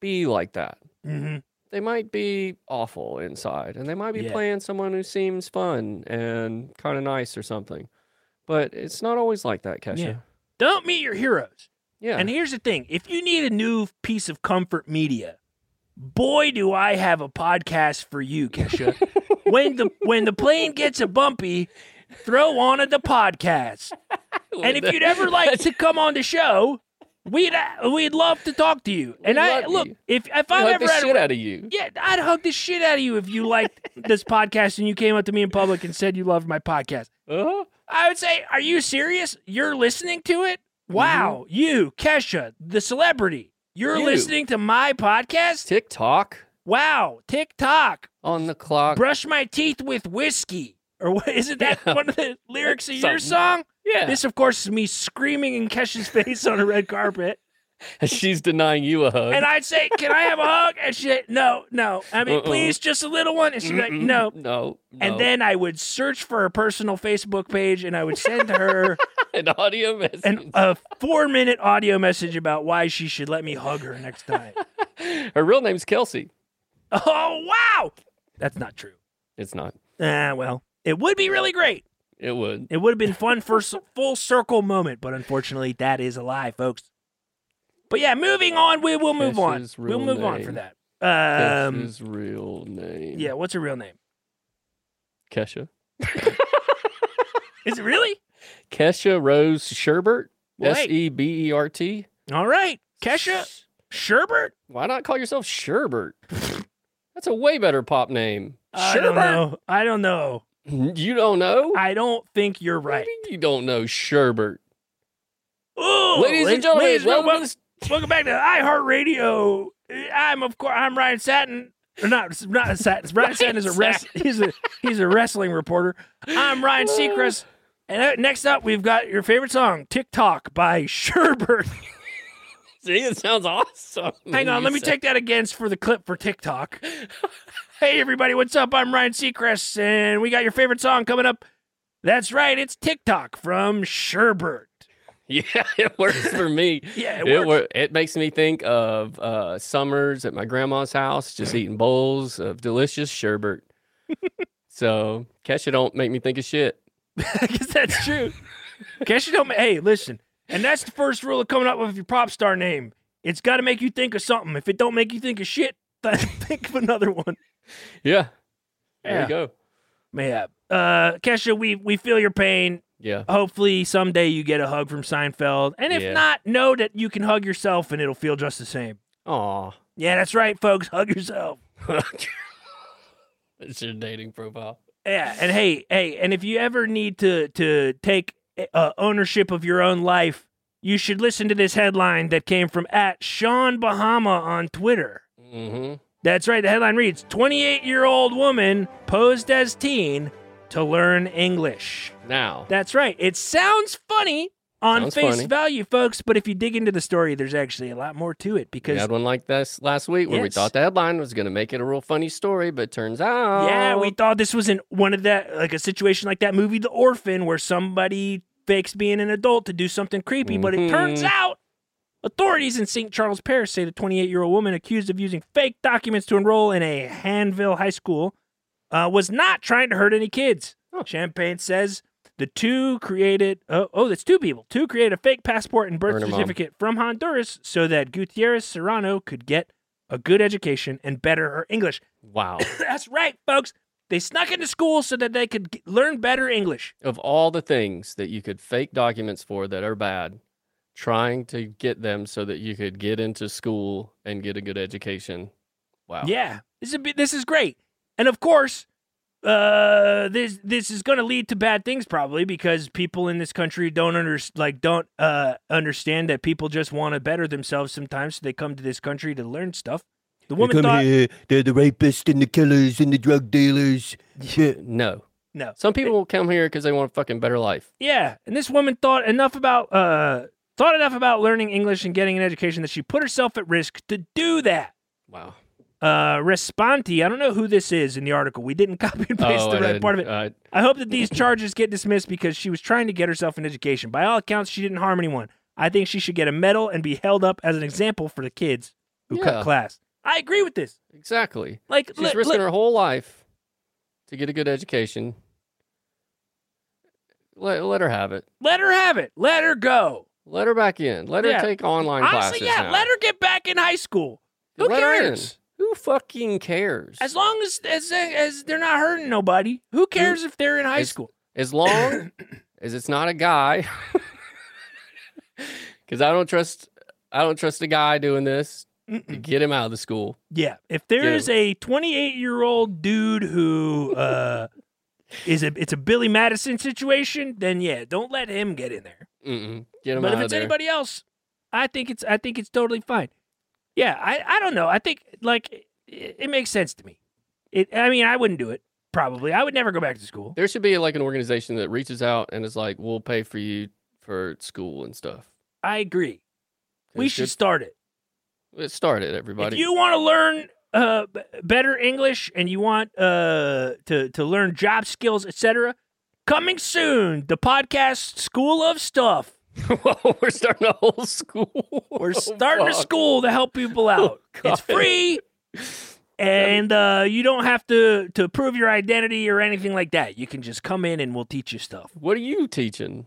S2: be like that.
S1: mhm.
S2: They might be awful inside, and they might be
S1: Yeah.
S2: playing someone who seems fun and kind of nice or something. But it's not always like that, Kesha.
S1: Yeah. don't meet your heroes.
S2: Yeah. [laughs]
S1: And here's the thing if you need a new piece of comfort media, boy, do I have a podcast for you,
S2: [laughs]
S1: Kesha. when, the, when the plane gets a bumpy, throw on a the podcast. and if
S2: [laughs]
S1: you'd ever like to come on the show, we'd, uh, we'd love to talk to you. And I
S2: love
S1: look,
S2: you.
S1: if, if
S2: I
S1: I've
S2: like
S1: ever
S2: the
S1: had a
S2: shit out of you.
S1: yeah, I'd hug the shit out of you if you liked this podcast and you came up to me in public and said you loved my podcast.
S2: Uh-huh.
S1: I would say, are you serious? You're listening to it? Wow. You, Kesha, the celebrity, you're
S2: Mm-hmm. You.
S1: listening to my podcast?
S2: TikTok
S1: Wow. TikTok.
S2: on the clock.
S1: Brush my teeth with whiskey. Or what [laughs] isn't that
S2: Yeah.
S1: one of the lyrics of your song?
S2: Something. Yeah.
S1: This, of course, is me screaming in Kesha's face on a red carpet.
S2: She's denying you a hug.
S1: And I'd say, Can I have a hug? And she'd say, No, no. I mean,
S2: Uh-uh.
S1: please, just a little one. And she'd be like, No,
S2: no, no.
S1: And
S2: [laughs]
S1: then I would search for her personal Facebook page and I would send her [laughs]
S2: an audio message.
S1: an, a four minute audio message about why she should let me hug her next [laughs] time.
S2: Her real name's Kelsey.
S1: Oh, wow. That's not true.
S2: It's not.
S1: Ah, well, it would be really great.
S2: It would.
S1: It would have been fun for [laughs] s- full circle moment, but unfortunately, that is a lie, folks. But yeah, moving on, we will move on.
S2: Kesha's
S1: We'll
S2: real
S1: move on for
S2: name.
S1: that. Um,
S2: Kesha's real name.
S1: yeah, what's her real name?
S2: Kesha.
S1: Is it really?
S2: Kesha Rose Sherbert.
S1: Wait.
S2: S E B E R T.
S1: All right, Kesha Sherbert.
S2: Why not call yourself Sherbert? That's a way better pop name.
S1: I don't know. I don't know.
S2: You don't know?
S1: I don't think you're
S2: What
S1: right.
S2: do you mean You don't know Sherbert.
S1: Ooh,
S2: ladies and gentlemen,
S1: Oh, ladies
S2: welcome,
S1: welcome,
S2: to
S1: welcome back to iHeartRadio. I'm of course I'm Ryan Satin. Or Not not Satin. Ryan Satin is a rest, he's a he's a wrestling reporter. I'm Ryan
S2: Uh.
S1: Seacrest. And uh, next up, we've got your favorite song, "TikTok" by Sherbert.
S2: See, it sounds awesome.
S1: [laughs] Hang on, let me take that again for the clip for
S2: [laughs]
S1: TikTok. hey, everybody, what's up? I'm Ryan Seacrest, and we got your favorite song coming up. That's right, it's TikTok from Sherbert.
S2: [laughs] Yeah, it works for me.
S1: [laughs] Yeah, it
S2: it,
S1: works.
S2: wor- it makes me think of uh, summers at my grandma's house, just eating bowls of
S1: [laughs]
S2: delicious sherbet. so, Kesha don't make me think of shit.
S1: [laughs] Because that's true. Guess you don't. ma- Hey, listen, and that's the first rule of coming up with your pop star name. It's got to make you think of something. If it don't make you think of shit, [laughs] then think of another one.
S2: Yeah, there
S1: Yeah.
S2: you go.
S1: Mayhap. Uh, Kesha, we we feel your pain.
S2: Yeah,
S1: Hopefully, someday you get a hug from Seinfeld, and if
S2: Yeah.
S1: not, know that you can hug yourself, and it'll feel just the same.
S2: aw,
S1: Yeah, that's right, folks. Hug yourself.
S2: [laughs] it's your dating profile.
S1: Yeah, and hey, hey, and if you ever need to to take uh, ownership of your own life, you should listen to this headline that came from at Sean Bahama on Twitter.
S2: Mm-hmm.
S1: That's right. The headline reads 28 year old woman posed as teen to learn English.
S2: Now,
S1: That's right. It sounds funny on
S2: Sounds
S1: face
S2: funny.
S1: value, folks, but if you dig into the story, there's actually a lot more to it
S2: we
S1: because.
S2: had one like this last week where we
S1: Yes.
S2: thought the headline was going to make it a real funny story, but turns out.
S1: Yeah, we thought this was in one of that like a situation like that movie The Orphan where somebody fakes being an adult to do something creepy, but it turns
S2: Mhm.
S1: out authorities in St. Charles Parish say the 28-year-old woman accused of using fake documents to enroll in a Hanville high school uh, was not trying to hurt any kids. Champagne says the two created oh, oh that's two people. Two created a fake passport and birth
S2: Burn 'em all.
S1: certificate from Honduras so that Gutierrez Serrano could get a good education and better her English.
S2: Wow.
S1: That's right, folks. They snuck into school so that they could g- learn better English.
S2: of all the things that you could fake documents for that are bad, trying to get them so that you could get into school and get a good education.
S12: Oh.
S2: Wow.
S1: Yeah, this is bi- this is great. And of course, uh, this this is going to lead to bad things probably because people in this country don't under like don't uh understand that people just want to better themselves sometimes, so they come to this country to learn stuff. The
S12: They
S1: woman
S12: come
S1: thought
S12: here, they're the rapists and the killers and the drug dealers.
S2: No.
S1: no.
S2: Some people will come here because they want a fucking better life.
S1: Yeah, and this woman thought enough about uh thought enough about learning English and getting an education that she put herself at risk to do that. [laughs]
S2: Wow.
S1: Uh, Responti, I don't know who this is in the article. We didn't [laughs] copy and paste
S2: Oh,
S1: the
S2: I
S1: right
S2: didn't-
S1: part of it.
S2: I-
S1: I hope that these charges get dismissed because she was trying to get herself an education. By all accounts, she didn't harm anyone. I think she should get a medal and be held up as an example for the kids who
S2: Yeah.
S1: cut class. I agree with this.
S2: Exactly.
S1: Like,
S2: she's
S1: li-
S2: risking
S1: li-
S2: her whole life to get a good education. Let, let her have it.
S1: Let her have it. Let her go.
S2: Let her back in. Let her
S1: Yeah.
S2: take online
S1: Honestly,
S2: classes.
S1: yeah,
S2: now.
S1: let her get back in high school. Who
S2: Let her in.
S1: cares?
S2: Who fucking cares?
S1: As long as, as as they're not hurting nobody, who cares if they're in high
S2: As-
S1: school? [coughs]
S2: As long as it's not a guy, [laughs] because I don't trust. I don't trust a guy doing this. To get him out of the school.
S1: Yeah, if there
S2: Yeah.
S1: is a 28 year old dude who uh, is a it's a Billy Madison situation, then yeah, don't let him get in there.
S2: Mm-mm. Get him
S1: but
S2: out
S1: if
S2: of
S1: it's
S2: there.
S1: anybody else, I think it's I think it's totally fine. Yeah, I, I don't know. I think like it, it makes sense to me. It I mean I wouldn't do it probably. I would never go back to school.
S2: there should be like an organization that reaches out and is like, "We'll pay for you for school and stuff."
S1: I agree. We
S2: It's
S1: should
S2: good-
S1: start it.
S2: Let's start it, everybody. [laughs]
S1: If you want to learn uh, b- better English and you want uh, to to learn job skills, etc., coming soon, the podcast School of Stuff.
S2: we're starting a whole school. [laughs]
S1: We're starting a
S2: Oh, fuck.
S1: school to help people out. it's free, and uh, you don't have to to prove your identity or anything like that. You can just come in and we'll teach you stuff.
S2: what are you teaching?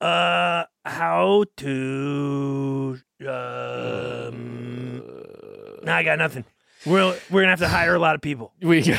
S1: Uh, how to um. Nah, I got nothing. We're we're gonna have to hire a lot of people.
S2: We.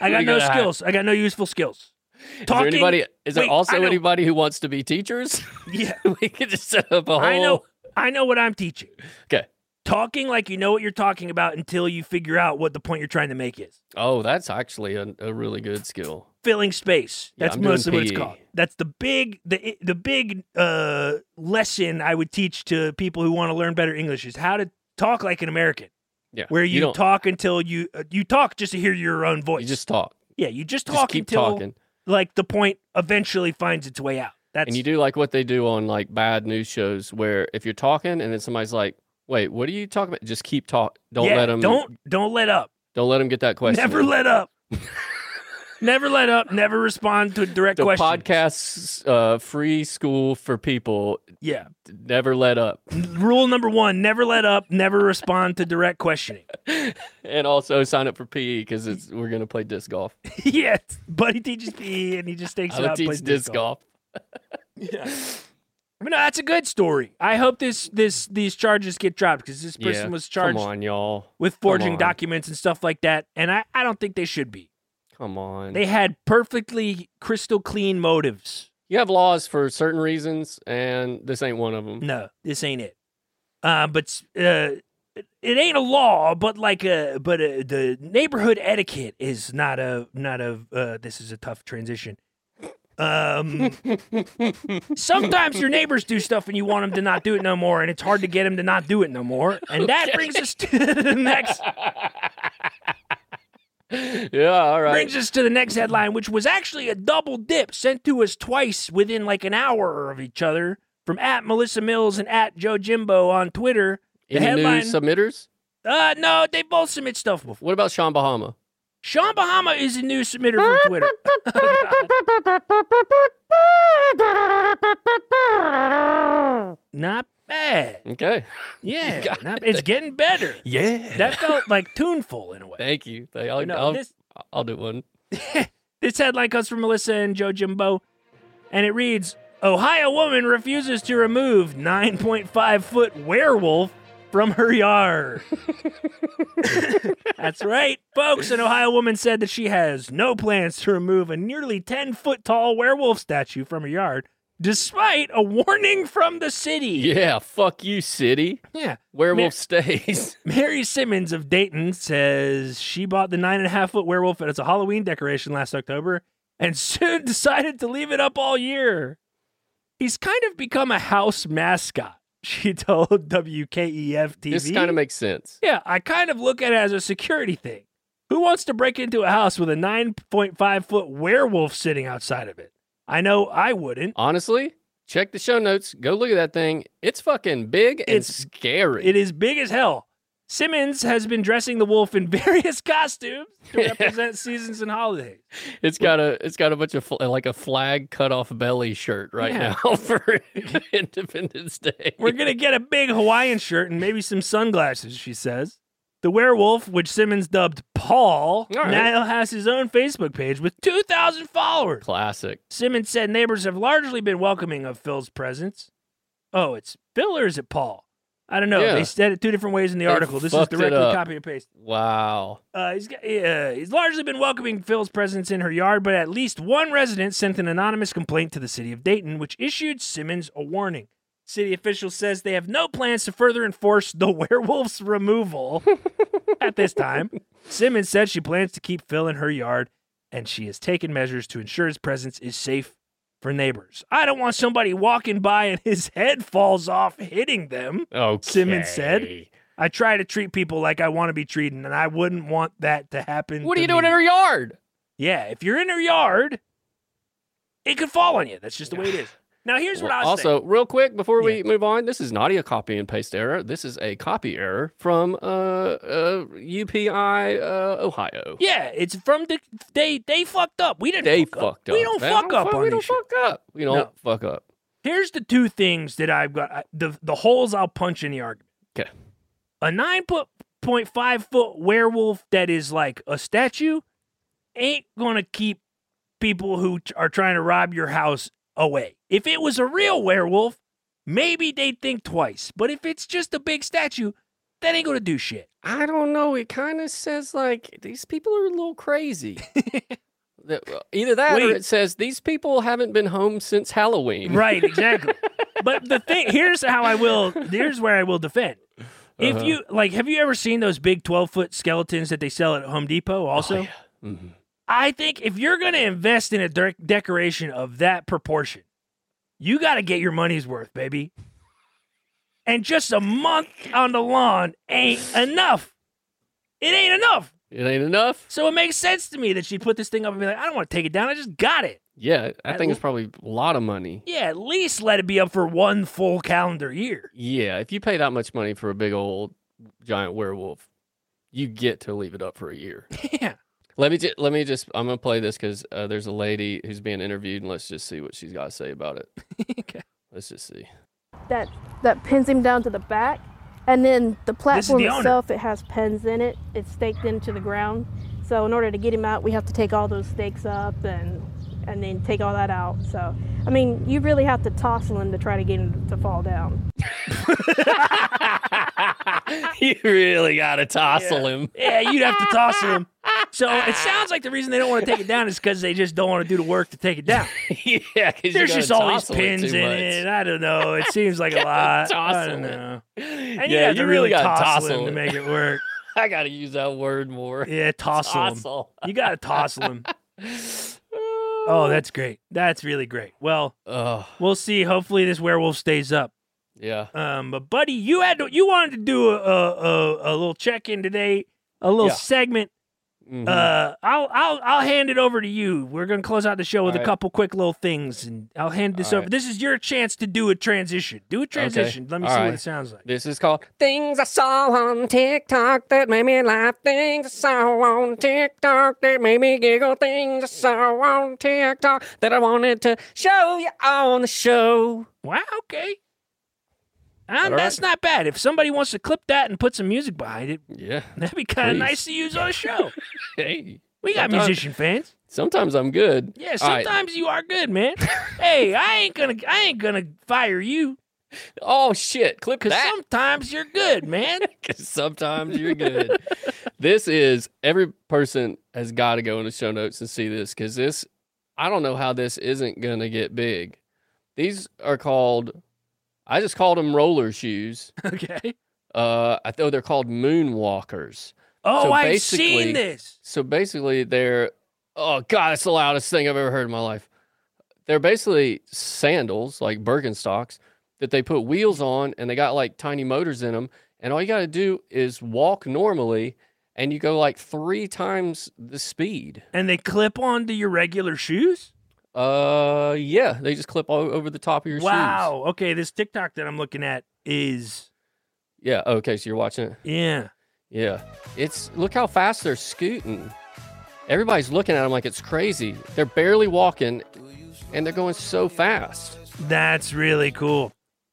S1: I got
S2: We
S1: no
S2: gotta hire-
S1: skills. I got no useful skills.
S2: Is there anybody? Is there
S1: Wait,
S2: also
S1: I know-
S2: anybody who wants to be teachers?
S1: [laughs]
S2: [laughs]
S1: Yeah,
S2: we could just set up a whole.
S1: I know. I know what I'm teaching.
S2: Okay.
S1: Talking like you know what you're talking about until you figure out what the point you're trying to make is.
S2: Oh, that's actually a, a really good skill.
S1: Filling space.
S2: Yeah,
S1: That's
S2: I'm doing E.
S1: mostly what it's
S2: PE.
S1: called. That's the big the the big uh lesson I would teach to people who want to learn better English is how to talk like an American.
S2: Yeah,
S1: Where
S2: you
S1: you,
S2: don't-
S1: talk until you uh, you talk just to hear your own voice.
S2: You just talk.
S1: yeah, you just
S2: just
S1: talk
S2: keep
S1: until
S2: talking.
S1: like the point eventually finds its way out. That's
S2: and you do like what they do on like bad news shows where if you're talking and then somebody's like, "Wait, what are you talking about?" Just keep talk. Don't
S1: Yeah,
S2: let them.
S1: don't don't let up.
S2: don't let them get that question.
S1: Never let
S2: [laughs]
S1: up. never let up. Never respond to a direct
S2: The
S1: question.
S2: podcast's uh, free school for people.
S1: Yeah.
S2: Never let up, [laughs]
S1: Rule number one: never let up. Never respond to direct questioning. [laughs]
S2: and also sign up for PE because it's we're gonna play
S1: [laughs]
S2: disc golf.
S1: yes, buddy teaches PE and he just takes
S2: I
S1: it
S2: would
S1: out. and
S2: teach
S1: plays
S2: disc, golf.
S1: I mean, no, that's a good story. I hope this this these charges get dropped because this person
S2: Yeah,
S1: was charged
S2: Come on, y'all.
S1: with
S2: Come
S1: forging
S2: on.
S1: documents and stuff like that, and I I don't think they should be.
S2: Come on.
S1: They had perfectly crystal clean motives.
S2: you have laws for certain reasons, and this ain't one of them.
S1: No, this ain't it. Uh, but uh, it it ain't a law, but like uh but uh the neighborhood etiquette is not a not a uh, this is a tough transition. Um, sometimes your neighbors do stuff and you want them to not do it no more, and it's hard to get them to not do it no more. And that
S2: Okay.
S1: brings us to the next. Mm.
S2: [laughs] Yeah, all right.
S1: Brings us to the next headline, which was actually a double dip sent to us twice within like an hour of each other from at Melissa Mills and at Joe Jimbo on Twitter. The
S2: Any
S1: headline.
S2: new submitters?
S1: uh, no, they both submit stuff before.
S2: What about Sean Bahama?
S1: Sean Bahama is a new submitter from
S12: [laughs]
S2: [laughs]
S1: Twitter. Not bad.
S2: Okay.
S1: Yeah.
S2: got
S1: not- it's getting better.
S2: [laughs] Yeah.
S1: That felt like tuneful in a way.
S2: [laughs] Thank you. Thank- I'll,
S1: Oh, No,
S2: I'll,
S1: this-
S2: I'll do one.
S1: This headline comes from Melissa and Joe Jimbo, and it reads Ohio woman refuses to remove 9.5 foot werewolf from her yard. That's right, folks. An Ohio woman said that she has no plans to remove a nearly 10 foot tall werewolf statue from her yard, despite a warning from the city.
S2: Yeah, fuck you, city.
S1: Yeah.
S2: Werewolf stays. [laughs]
S1: Mary Simmons of Dayton says she bought the nine and a half foot werewolf as a Halloween decoration last October and [laughs] soon decided to leave it up all year. He's kind of become a house mascot, [laughs] she told E WKEF TV.
S2: This kind of makes sense.
S1: Yeah, I kind of look at it as a security thing. Who wants to break into a house with a 9.5 foot werewolf sitting outside of it? I know I wouldn't.
S2: Honestly, check the show notes. Go look at that thing. It's fucking big and
S1: It's-
S2: scary.
S1: It is big as hell. Simmons has been dressing the wolf in [laughs] various costumes to represent seasons and
S2: [laughs]
S1: holidays.
S2: It's got a it's got a bunch of fl- like a flag cut off belly shirt right
S1: Yeah.
S2: now [laughs] for Independence Day.
S1: We're going to get a big Hawaiian shirt and maybe some sunglasses, she says. The werewolf, which Simmons dubbed Paul,
S2: right.
S1: now has his own Facebook page with 2,000 followers.
S2: classic.
S1: Simmons said neighbors have largely been welcoming of Phil's presence. Oh, it's Phil or is it Paul? I don't know.
S2: Yeah.
S1: They said it two different ways in the
S2: They
S1: article. This is
S2: fucked it
S1: directly
S2: up.
S1: copy and paste.
S2: Wow.
S1: Uh, he's, got, uh, he's largely been welcoming Phil's presence in her yard, but at least one resident sent an anonymous complaint to the city of Dayton, which issued Simmons a warning. City official says they have no plans to further enforce the [laughs] werewolf's removal at this time. Simmons said she plans to keep Phil in her yard, and she has taken measures to ensure his presence is safe for neighbors. I don't want somebody walking by and his head falls off hitting them.
S2: Oh,
S1: Simmons said. I try to treat people like I want to be treated, and I wouldn't want that to happen.
S2: What are
S1: to
S2: you doing
S1: me.
S2: in her yard?
S1: Yeah, if you're in her yard, it could fall on you. That's just the way it is. Now, here's what I was
S2: also,
S1: saying.
S2: real quick before we move on, this is not a copy and paste error. This is a copy error from uh, uh UPI uh, Ohio.
S1: Yeah, it's from the they they fucked up. We didn't.
S2: They
S1: fuck
S2: fucked up.
S1: We don't
S2: man.
S1: fuck up
S2: fuck-
S1: on
S2: We
S1: this
S2: don't
S1: shit.
S2: fuck up. We don't
S1: No.
S2: fuck up.
S1: Here's the two things that I've got I- the the holes I'll punch in the argument.
S2: 'Kay.
S1: A nine put, point five foot werewolf that is like a statue ain't gonna keep people who t- are trying to rob your house away. If it was a real werewolf, maybe they'd think twice. But if it's just a big statue, that ain't gonna do shit.
S2: I don't know. It kind of says like these people are a
S1: [laughs]
S2: little crazy. That- Either that or
S1: Wait.
S2: it says these people haven't been home since
S1: [laughs]
S2: Halloween.
S1: Right, exactly. but the thing here's how I will here's where I will defend. If
S2: Uh-huh.
S1: you like, have you ever seen those big twelve foot skeletons that they sell at Home Depot? Also,
S2: Mhm.
S1: I think if you're going to invest in a de- decoration of that proportion, you got to get your money's worth, baby. And just a month on the lawn ain't enough. It ain't enough.
S2: It ain't enough.
S1: So it makes sense to me that she put this thing up and be like, I don't want to take it down. I just got it.
S2: Yeah, I
S1: At
S2: think
S1: l-
S2: it's probably a lot of money.
S1: Yeah, at least let it be up for one full calendar year.
S2: Yeah, if you pay that much money for a big old giant werewolf, you get to leave it up for a year.
S1: [laughs] Yeah.
S2: Let me just let me just I'm gonna play this because uh, there's a lady who's being interviewed and let's just see what she's got to say about it.
S1: [laughs] Okay.
S2: Let's just see.
S13: that that pins him down to the back and then the platform
S1: the owner.
S13: itself it has pins in it it's staked into the ground so in order to get him out we have to take all those stakes up and and then take all that out so i mean you really have to tossle him to try to get him to fall down
S2: you really gotta tossle
S1: [laughs]
S2: him. [laughs]
S1: Yeah, you'd have to toss them. So it sounds like the reason they don't want to take it down is because they just don't want to do the work to take it down.
S2: yeah, 'cause [laughs] you
S1: There's
S2: gotta
S1: just all these
S2: tossle it
S1: pins
S2: too
S1: in
S2: much.
S1: it. I don't know. It seems
S2: [laughs]
S1: like a lot. I
S2: Tossle
S1: don't
S2: it. [laughs]
S1: know.
S2: Yeah,
S1: And yeah, you,
S2: you
S1: really
S2: really
S1: got to
S2: gotta tossle
S1: tossle 'em to
S2: it.
S1: make it
S2: [laughs]
S1: work.
S2: I gotta use that word more.
S1: Yeah, tossle 'em.
S2: Tossle. [laughs]
S1: You got to tossle them. Oh, that's great. That's really great. Well, we'll see. Hopefully, this werewolf stays up.
S2: Yeah.
S1: Um, but buddy, you had to, you wanted to do a a, a, a little check in today, a little
S2: Yeah.
S1: segment.
S2: Mhm.
S1: Uh, I'll I'll I'll hand it over to you. We're gonna close out the show with
S2: All
S1: a
S2: right.
S1: couple quick little things, and I'll hand this
S2: All
S1: over.
S2: right.
S1: This is your chance to do a transition. Do a transition. Let me
S2: All
S1: see what
S2: right.
S1: it sounds like.
S2: This is called
S3: Things I saw on TikTok that made me laugh. Things I saw on TikTok that made me giggle. Things I saw on TikTok that I wanted to show you on the show.
S1: Wow. Okay. Um, that's not bad. If somebody wants to clip that and put some music behind it, [laughs]
S2: yeah,
S1: that'd be kind of
S2: please.
S1: nice to use on a show.
S2: hey,
S1: we got
S2: sometimes-
S1: musician fans.
S2: Sometimes I'm good.
S1: Yeah,
S2: All right.
S1: sometimes you are good,
S2: [laughs]
S1: man. hey, I ain't gonna, I ain't gonna fire you.
S2: Oh shit! Clip
S1: Cause
S2: that.
S1: sometimes you're good,
S2: [laughs]
S1: man.
S2: 'Cause [laughs] sometimes you're good. this is every person has got to go in the show notes and see this because this, I don't know how this isn't going to get big. These are called, I just called them roller shoes.
S1: Okay.
S2: Uh, I thought they're called moonwalkers.
S1: Oh,
S2: So
S1: I've seen
S2: basically-
S1: this.
S2: So basically, they're, oh God, it's the loudest thing I've ever heard in my life. They're basically sandals, like Birkenstocks, that they put wheels on and they got like tiny motors in them. And all you got to do is walk normally and you go like three times the speed.
S1: And they clip onto your regular shoes.
S2: Uh, yeah, they just clip all over the top of your shoes.
S1: Wow. Okay, this TikTok that I'm looking at is
S2: Yeah. Okay. So you're watching it.
S1: yeah.
S2: Yeah. It's look how fast they're scooting. Everybody's looking at them like it's crazy. They're barely walking and they're going so fast.
S1: That's really cool.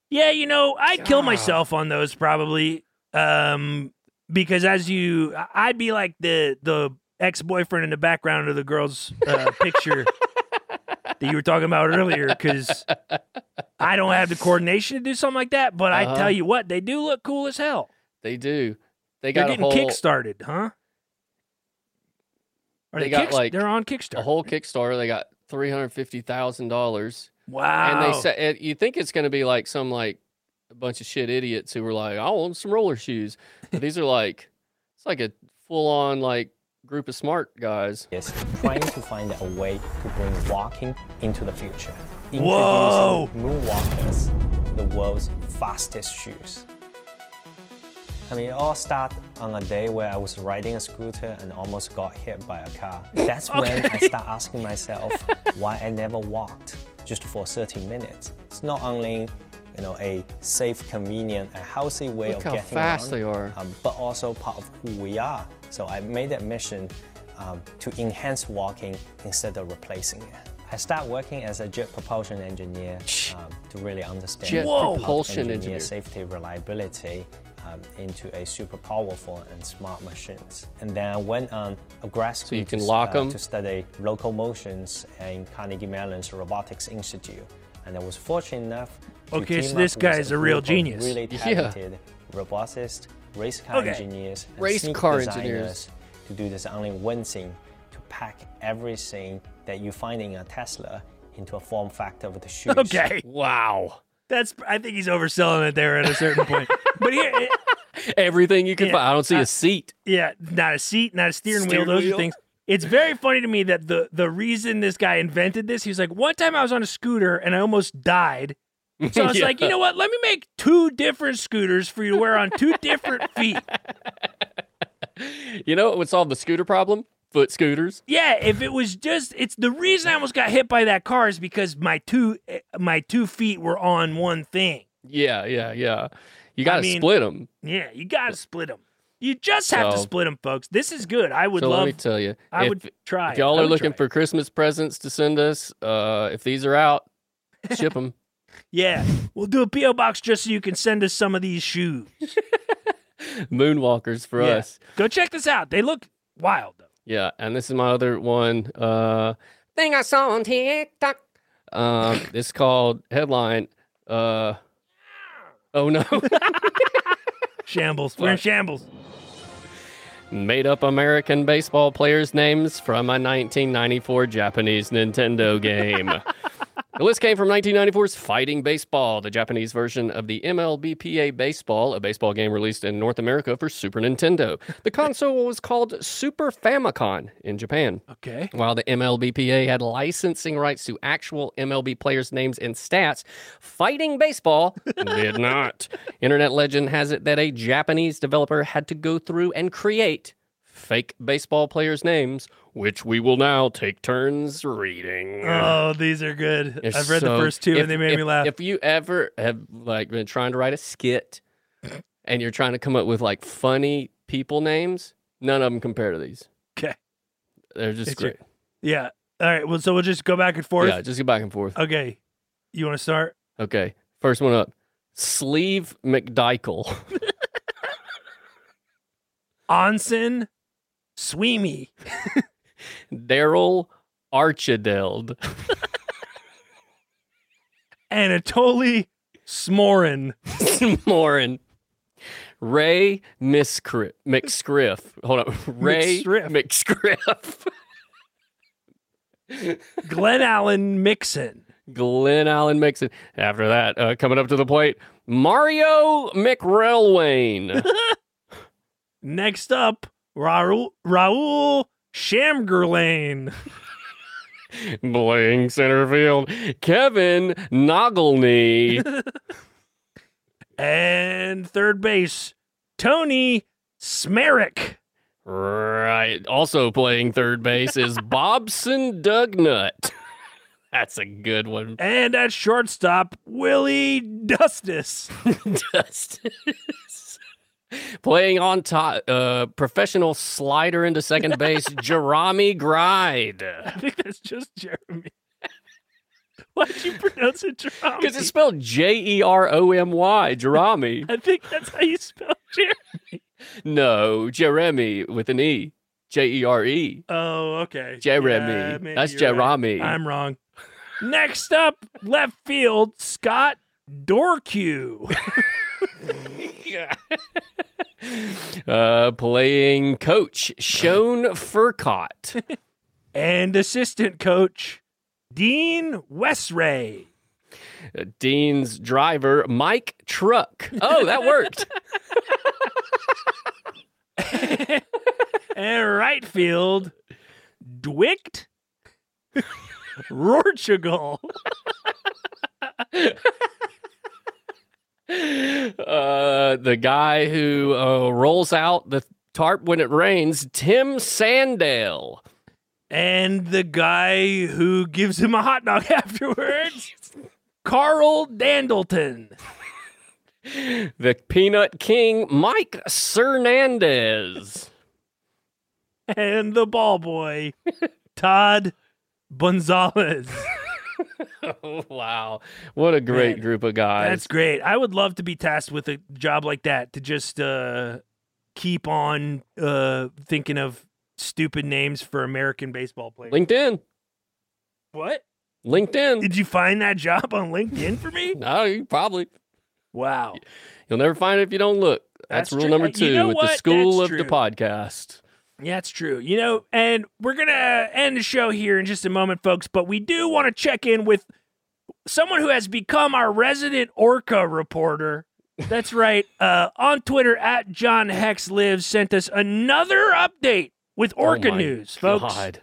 S1: Yeah, you know, I'd kill myself on those probably. Um because as you I- I'd be like the the ex-boyfriend in the background of the girl's
S2: [laughs]
S1: uh, picture that you were talking about earlier cuz I don't have the coordination to do something like that, but I
S2: Uh-huh.
S1: tell you what, they do look cool as hell.
S2: They do. They
S1: They're
S2: got
S1: getting
S2: a whole,
S1: kickstarted, huh? Are
S2: They got
S1: kicks-
S2: like
S1: they're on
S2: a
S1: Kickstarter.
S2: whole Kickstarter. They got three hundred fifty thousand dollars.
S1: Wow.
S2: And they said and you think it's going to be like some like a bunch of shit idiots who were like, I want some roller shoes. But these are like it's like a full on like group of smart guys.
S14: Yes. trying to find a way to bring walking into the future. Introducing
S2: Whoa!
S14: Moonwalkers, the world's fastest shoes. I mean, it all started on a day where I was riding a scooter and almost got hit by a car. That's when I started asking myself why I never walked just for 30 minutes. It's not only you know, a safe, convenient, and healthy way
S2: Look
S14: of
S2: how
S14: getting
S2: fast
S14: around,
S2: they are.
S14: um, but also part of who we are. So I made that mission um, to enhance walking instead of replacing it. I started working as a jet propulsion engineer um, to really understand
S2: Jet
S14: how to
S2: propulsion
S14: engineer
S2: engineer.
S14: safety, reliability um, into a super powerful and smart machines. And then I went on aggressively
S2: you can
S14: to,
S2: lock
S14: uh,
S2: 'em.
S14: to study local motions in Carnegie Mellon's Robotics Institute. And I was fortunate enough to
S1: Okay, so
S14: team
S1: this
S14: up
S1: guy
S14: with
S1: is a real
S14: group of
S1: genius.
S14: Really
S1: Yeah.
S14: talented roboticists, race car
S1: Okay.
S14: engineers, and
S2: Race
S14: sneak
S2: car
S14: designers
S2: engineers.
S14: to do this only one thing, to pack everything that you find in a Tesla into a form factor of the shoes.
S1: [laughs] [laughs] Okay.
S2: Wow.
S1: That's I think he's overselling it there at a certain
S2: [laughs]
S1: point. but here
S2: Everything you can
S1: Yeah,
S2: find. I don't see
S1: I-
S2: a seat.
S1: Yeah, not a seat, not a steering,
S2: Steering
S1: wheel. Those
S2: wheel.
S1: are things. It's very funny to me that the the reason this guy invented this, he was like, one time I was on a scooter and I almost
S2: [laughs]
S1: died. So I was
S2: Yeah.
S1: like, you know what? Let me make two different scooters for you to wear on two different feet.
S2: You know what would solve the scooter problem? Foot scooters.
S1: Yeah, if it was just, it's the reason I almost got hit by that car is because my two eh, my two feet were on one thing.
S2: Yeah, yeah, yeah. You got to 'em.
S1: mean,
S2: split them.
S1: Yeah, you gotta split them. You just have to
S2: So-
S1: split them, folks. This is good. I would
S2: so
S1: love.
S2: let me tell you,
S1: I
S2: if,
S1: would try.
S2: If
S1: it.
S2: y'all
S1: I
S2: are
S1: would
S2: looking
S1: try
S2: for Christmas presents to send us, uh, if these are out, ship them.
S1: it. yeah, we'll do a PO box just so you can send us some of these shoes.
S2: Moonwalkers for
S1: Yeah.
S2: us.
S1: Go check this out. They look wild.
S2: Yeah, and this is my other one. Uh,
S3: Thing I saw on TikTok.
S2: um, it's called headline. Uh, oh no, [laughs]
S1: Shambles. We're in shambles.
S2: made up American baseball players' names from a 1994 Japanese Nintendo game. The list came from 1994's Fighting Baseball, the Japanese version of the MLBPA Baseball, a baseball game released in North America for Super Nintendo. The console was called Super Famicom in Japan.
S1: Okay.
S2: While the MLBPA had licensing rights to actual MLB players' names and stats, Fighting Baseball did not. Internet legend has it that a Japanese developer had to go through and create fake baseball players' names, which we will now take turns reading.
S1: Oh, these are good.
S2: They're
S1: I've read the
S2: so-
S1: first two
S2: if-
S1: and they made
S2: if-
S1: me laugh.
S2: If you ever have like been trying to write a skit and you're trying to come up with like funny people names, none of them compare to these.
S1: Okay.
S2: They're just
S1: It's your-
S2: great.
S1: yeah. All right. Well, so we'll just go back and forth.
S2: Yeah, just go back and forth.
S1: Okay. You want to start?
S2: Okay. First one up. Sleeve McDykel.
S1: Onsen Sweeney.
S2: [laughs] Daryl Archideld. [laughs]
S1: Anatoly Smorin.
S2: Smorin. Ray Miscri- McScriff. Hold on. Ray
S1: McSriff.
S2: McScriff.
S1: Glenn Allen Mixon.
S2: Glenn Allen Mixon. After that, uh, coming up to the plate, Mario McRailwane.
S1: Next up, Raul, Raul Shamgerlane.
S2: Playing center field, Kevin Noggleny.
S1: and third base, Tony Smerick.
S2: right. Also playing third base is Bobson Dugnut. That's a
S1: [laughs]
S2: good one. [laughs]
S1: And at shortstop, Willie Dustus.
S2: Dustus. Playing on top, uh, professional slider into second base, Jeremy Gride.
S1: [laughs] I think that's just Jeremy. [laughs] Why'd you pronounce it Jeremy?
S2: Because it's spelled J E R O M Y, Jeremy.
S1: I think that's how you spell Jeremy.
S2: No, Jeremy with an E. J E R E.
S1: Oh, okay.
S2: Jeremy.
S1: Yeah, maybe
S2: That's
S1: you're right.
S2: Jeremy.
S1: I'm wrong. Next up, left field, Scott Dorkew.
S2: Uh, playing coach, Shone Furcott.
S1: and assistant coach, Dean Westray.
S2: uh, Dean's driver, Mike Truck. Oh, that worked.
S1: And right field, Dwicht Rorchagol.
S2: uh, the guy who uh, rolls out the tarp when it rains, Tim Sandale.
S1: And the guy who gives him a hot dog [laughs] afterwards, Carl Dandleton.
S2: The Peanut King, Mike Cernandez.
S1: And the ball boy, Todd Gonzalez.
S2: wow. What a great
S1: Man,
S2: group of guys.
S1: That's great. I would love to be tasked with a job like that to just uh, keep on uh, thinking of stupid names for American baseball players.
S2: LinkedIn.
S1: What?
S2: LinkedIn.
S1: Did you find that job on LinkedIn for
S2: [laughs]
S1: me?
S2: No, you probably.
S1: Wow.
S2: You'll never find it if you don't look. That's,
S1: That's
S2: rule
S1: true.
S2: number
S1: You
S2: two
S1: know
S2: with
S1: what?
S2: the school
S1: That's
S2: of the
S1: true.
S2: podcast.
S1: Yeah, it's true. You know, and we're going to end the show here in just a moment, folks, but we do want to check in with someone who has become our resident Orca reporter. That's right. [laughs] Uh, on Twitter, at John Hex Lives sent us another update with Orca
S2: Oh my
S1: news, folks.
S2: God.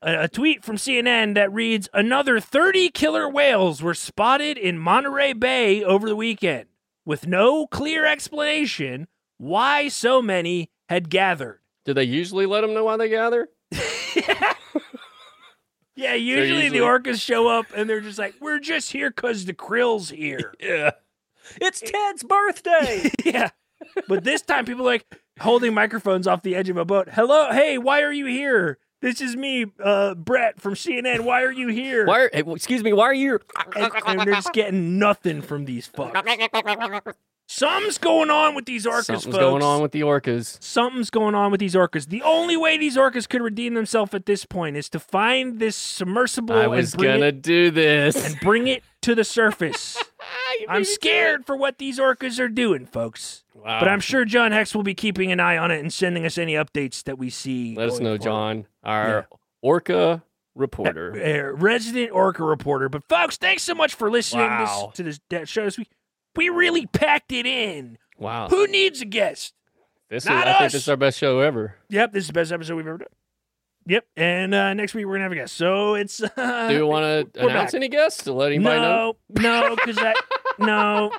S1: A, a tweet from CNN that reads Another 30 killer whales were spotted in Monterey Bay over the weekend with no clear explanation why so many had gathered.
S2: Do they usually let them know why they gather?
S1: Yeah, usually,
S2: usually-
S1: the orcas show up and they're just like, we're just here because the krill's here.
S2: [laughs] yeah.
S1: It's Ted's birthday. [laughs] yeah. But this time people are like holding microphones off the edge of a boat. Hello, hey, why are you here? This is me, uh, Brett from CNN. Why are you here?
S2: Why? Are, hey, well, excuse me. Why are you?
S1: and, and they're just getting nothing from these fucks. Something's going on with these orcas,
S2: Something's
S1: folks.
S2: going on with the orcas.
S1: Something's going on with these orcas. The only way these orcas could redeem themselves at this point is to find this submersible
S2: I was
S1: and bring
S2: gonna
S1: it
S2: do this.
S1: and bring it to the surface. I'm scared for what these orcas are doing, folks.
S2: Wow.
S1: But I'm sure John Hex will be keeping an eye on it and sending us any updates that we see.
S2: Let us
S1: going
S2: know,
S1: forward.
S2: John. Our orca reporter.
S1: [laughs] a uh, resident orca reporter. But folks, thanks so much for listening
S2: Wow.
S1: this, to this that show this week. We really packed it in.
S2: Wow.
S1: Who needs a guest?
S2: This
S1: Not
S2: is, I think
S1: us.
S2: this is our best show ever.
S1: Yep, this is the best episode we've ever done. Yep, and uh, next week we're gonna have a guest. So it's [laughs] uh,
S2: Do you want to
S1: we're
S2: announce
S1: back.
S2: any guests to let anybody know?
S1: no, no, because that
S2: [laughs]
S1: no,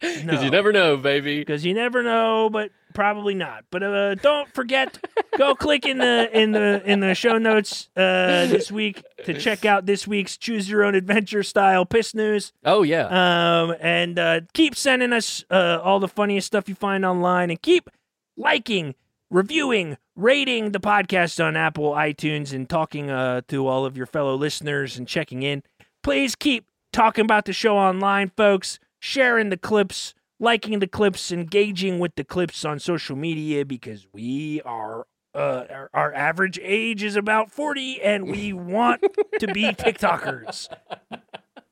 S2: Because you never know, baby.
S1: because you never know, but probably not. But uh, don't forget, go click in the in the in the show notes uh, this week to check out this week's Choose Your Own Adventure style piss news.
S2: Oh yeah.
S1: Um, and uh, keep sending us uh, all the funniest stuff you find online, and keep liking, reviewing, rating the podcast on Apple iTunes, and talking uh, to all of your fellow listeners and checking in. Please keep talking about the show online, folks. Sharing the clips, liking the clips, engaging with the clips on social media because we are. Uh, our, our average age is about 40 and we want to be TikTokers.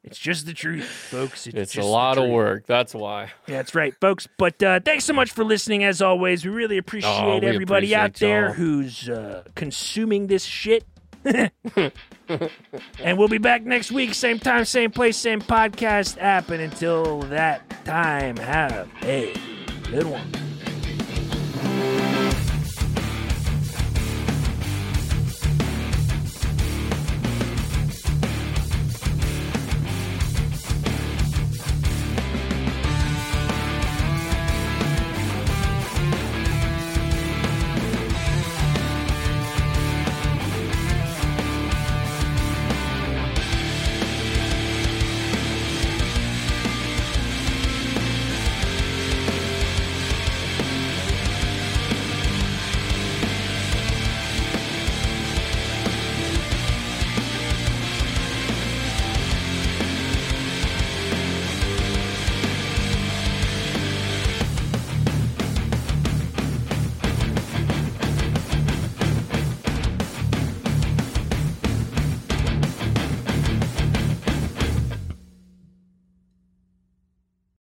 S1: It's just the truth, folks. It's,
S2: It's a
S1: just the
S2: lot of
S1: truth.
S2: work. That's why.
S1: Yeah, that's right, folks. But uh, thanks so much for listening, as always. We really appreciate
S2: Oh, we
S1: everybody out
S2: appreciate
S1: there
S2: y'all.
S1: who's uh, consuming this shit. [laughs] and we'll be back next week, same time, same place, same podcast app. And until that time, have a good one.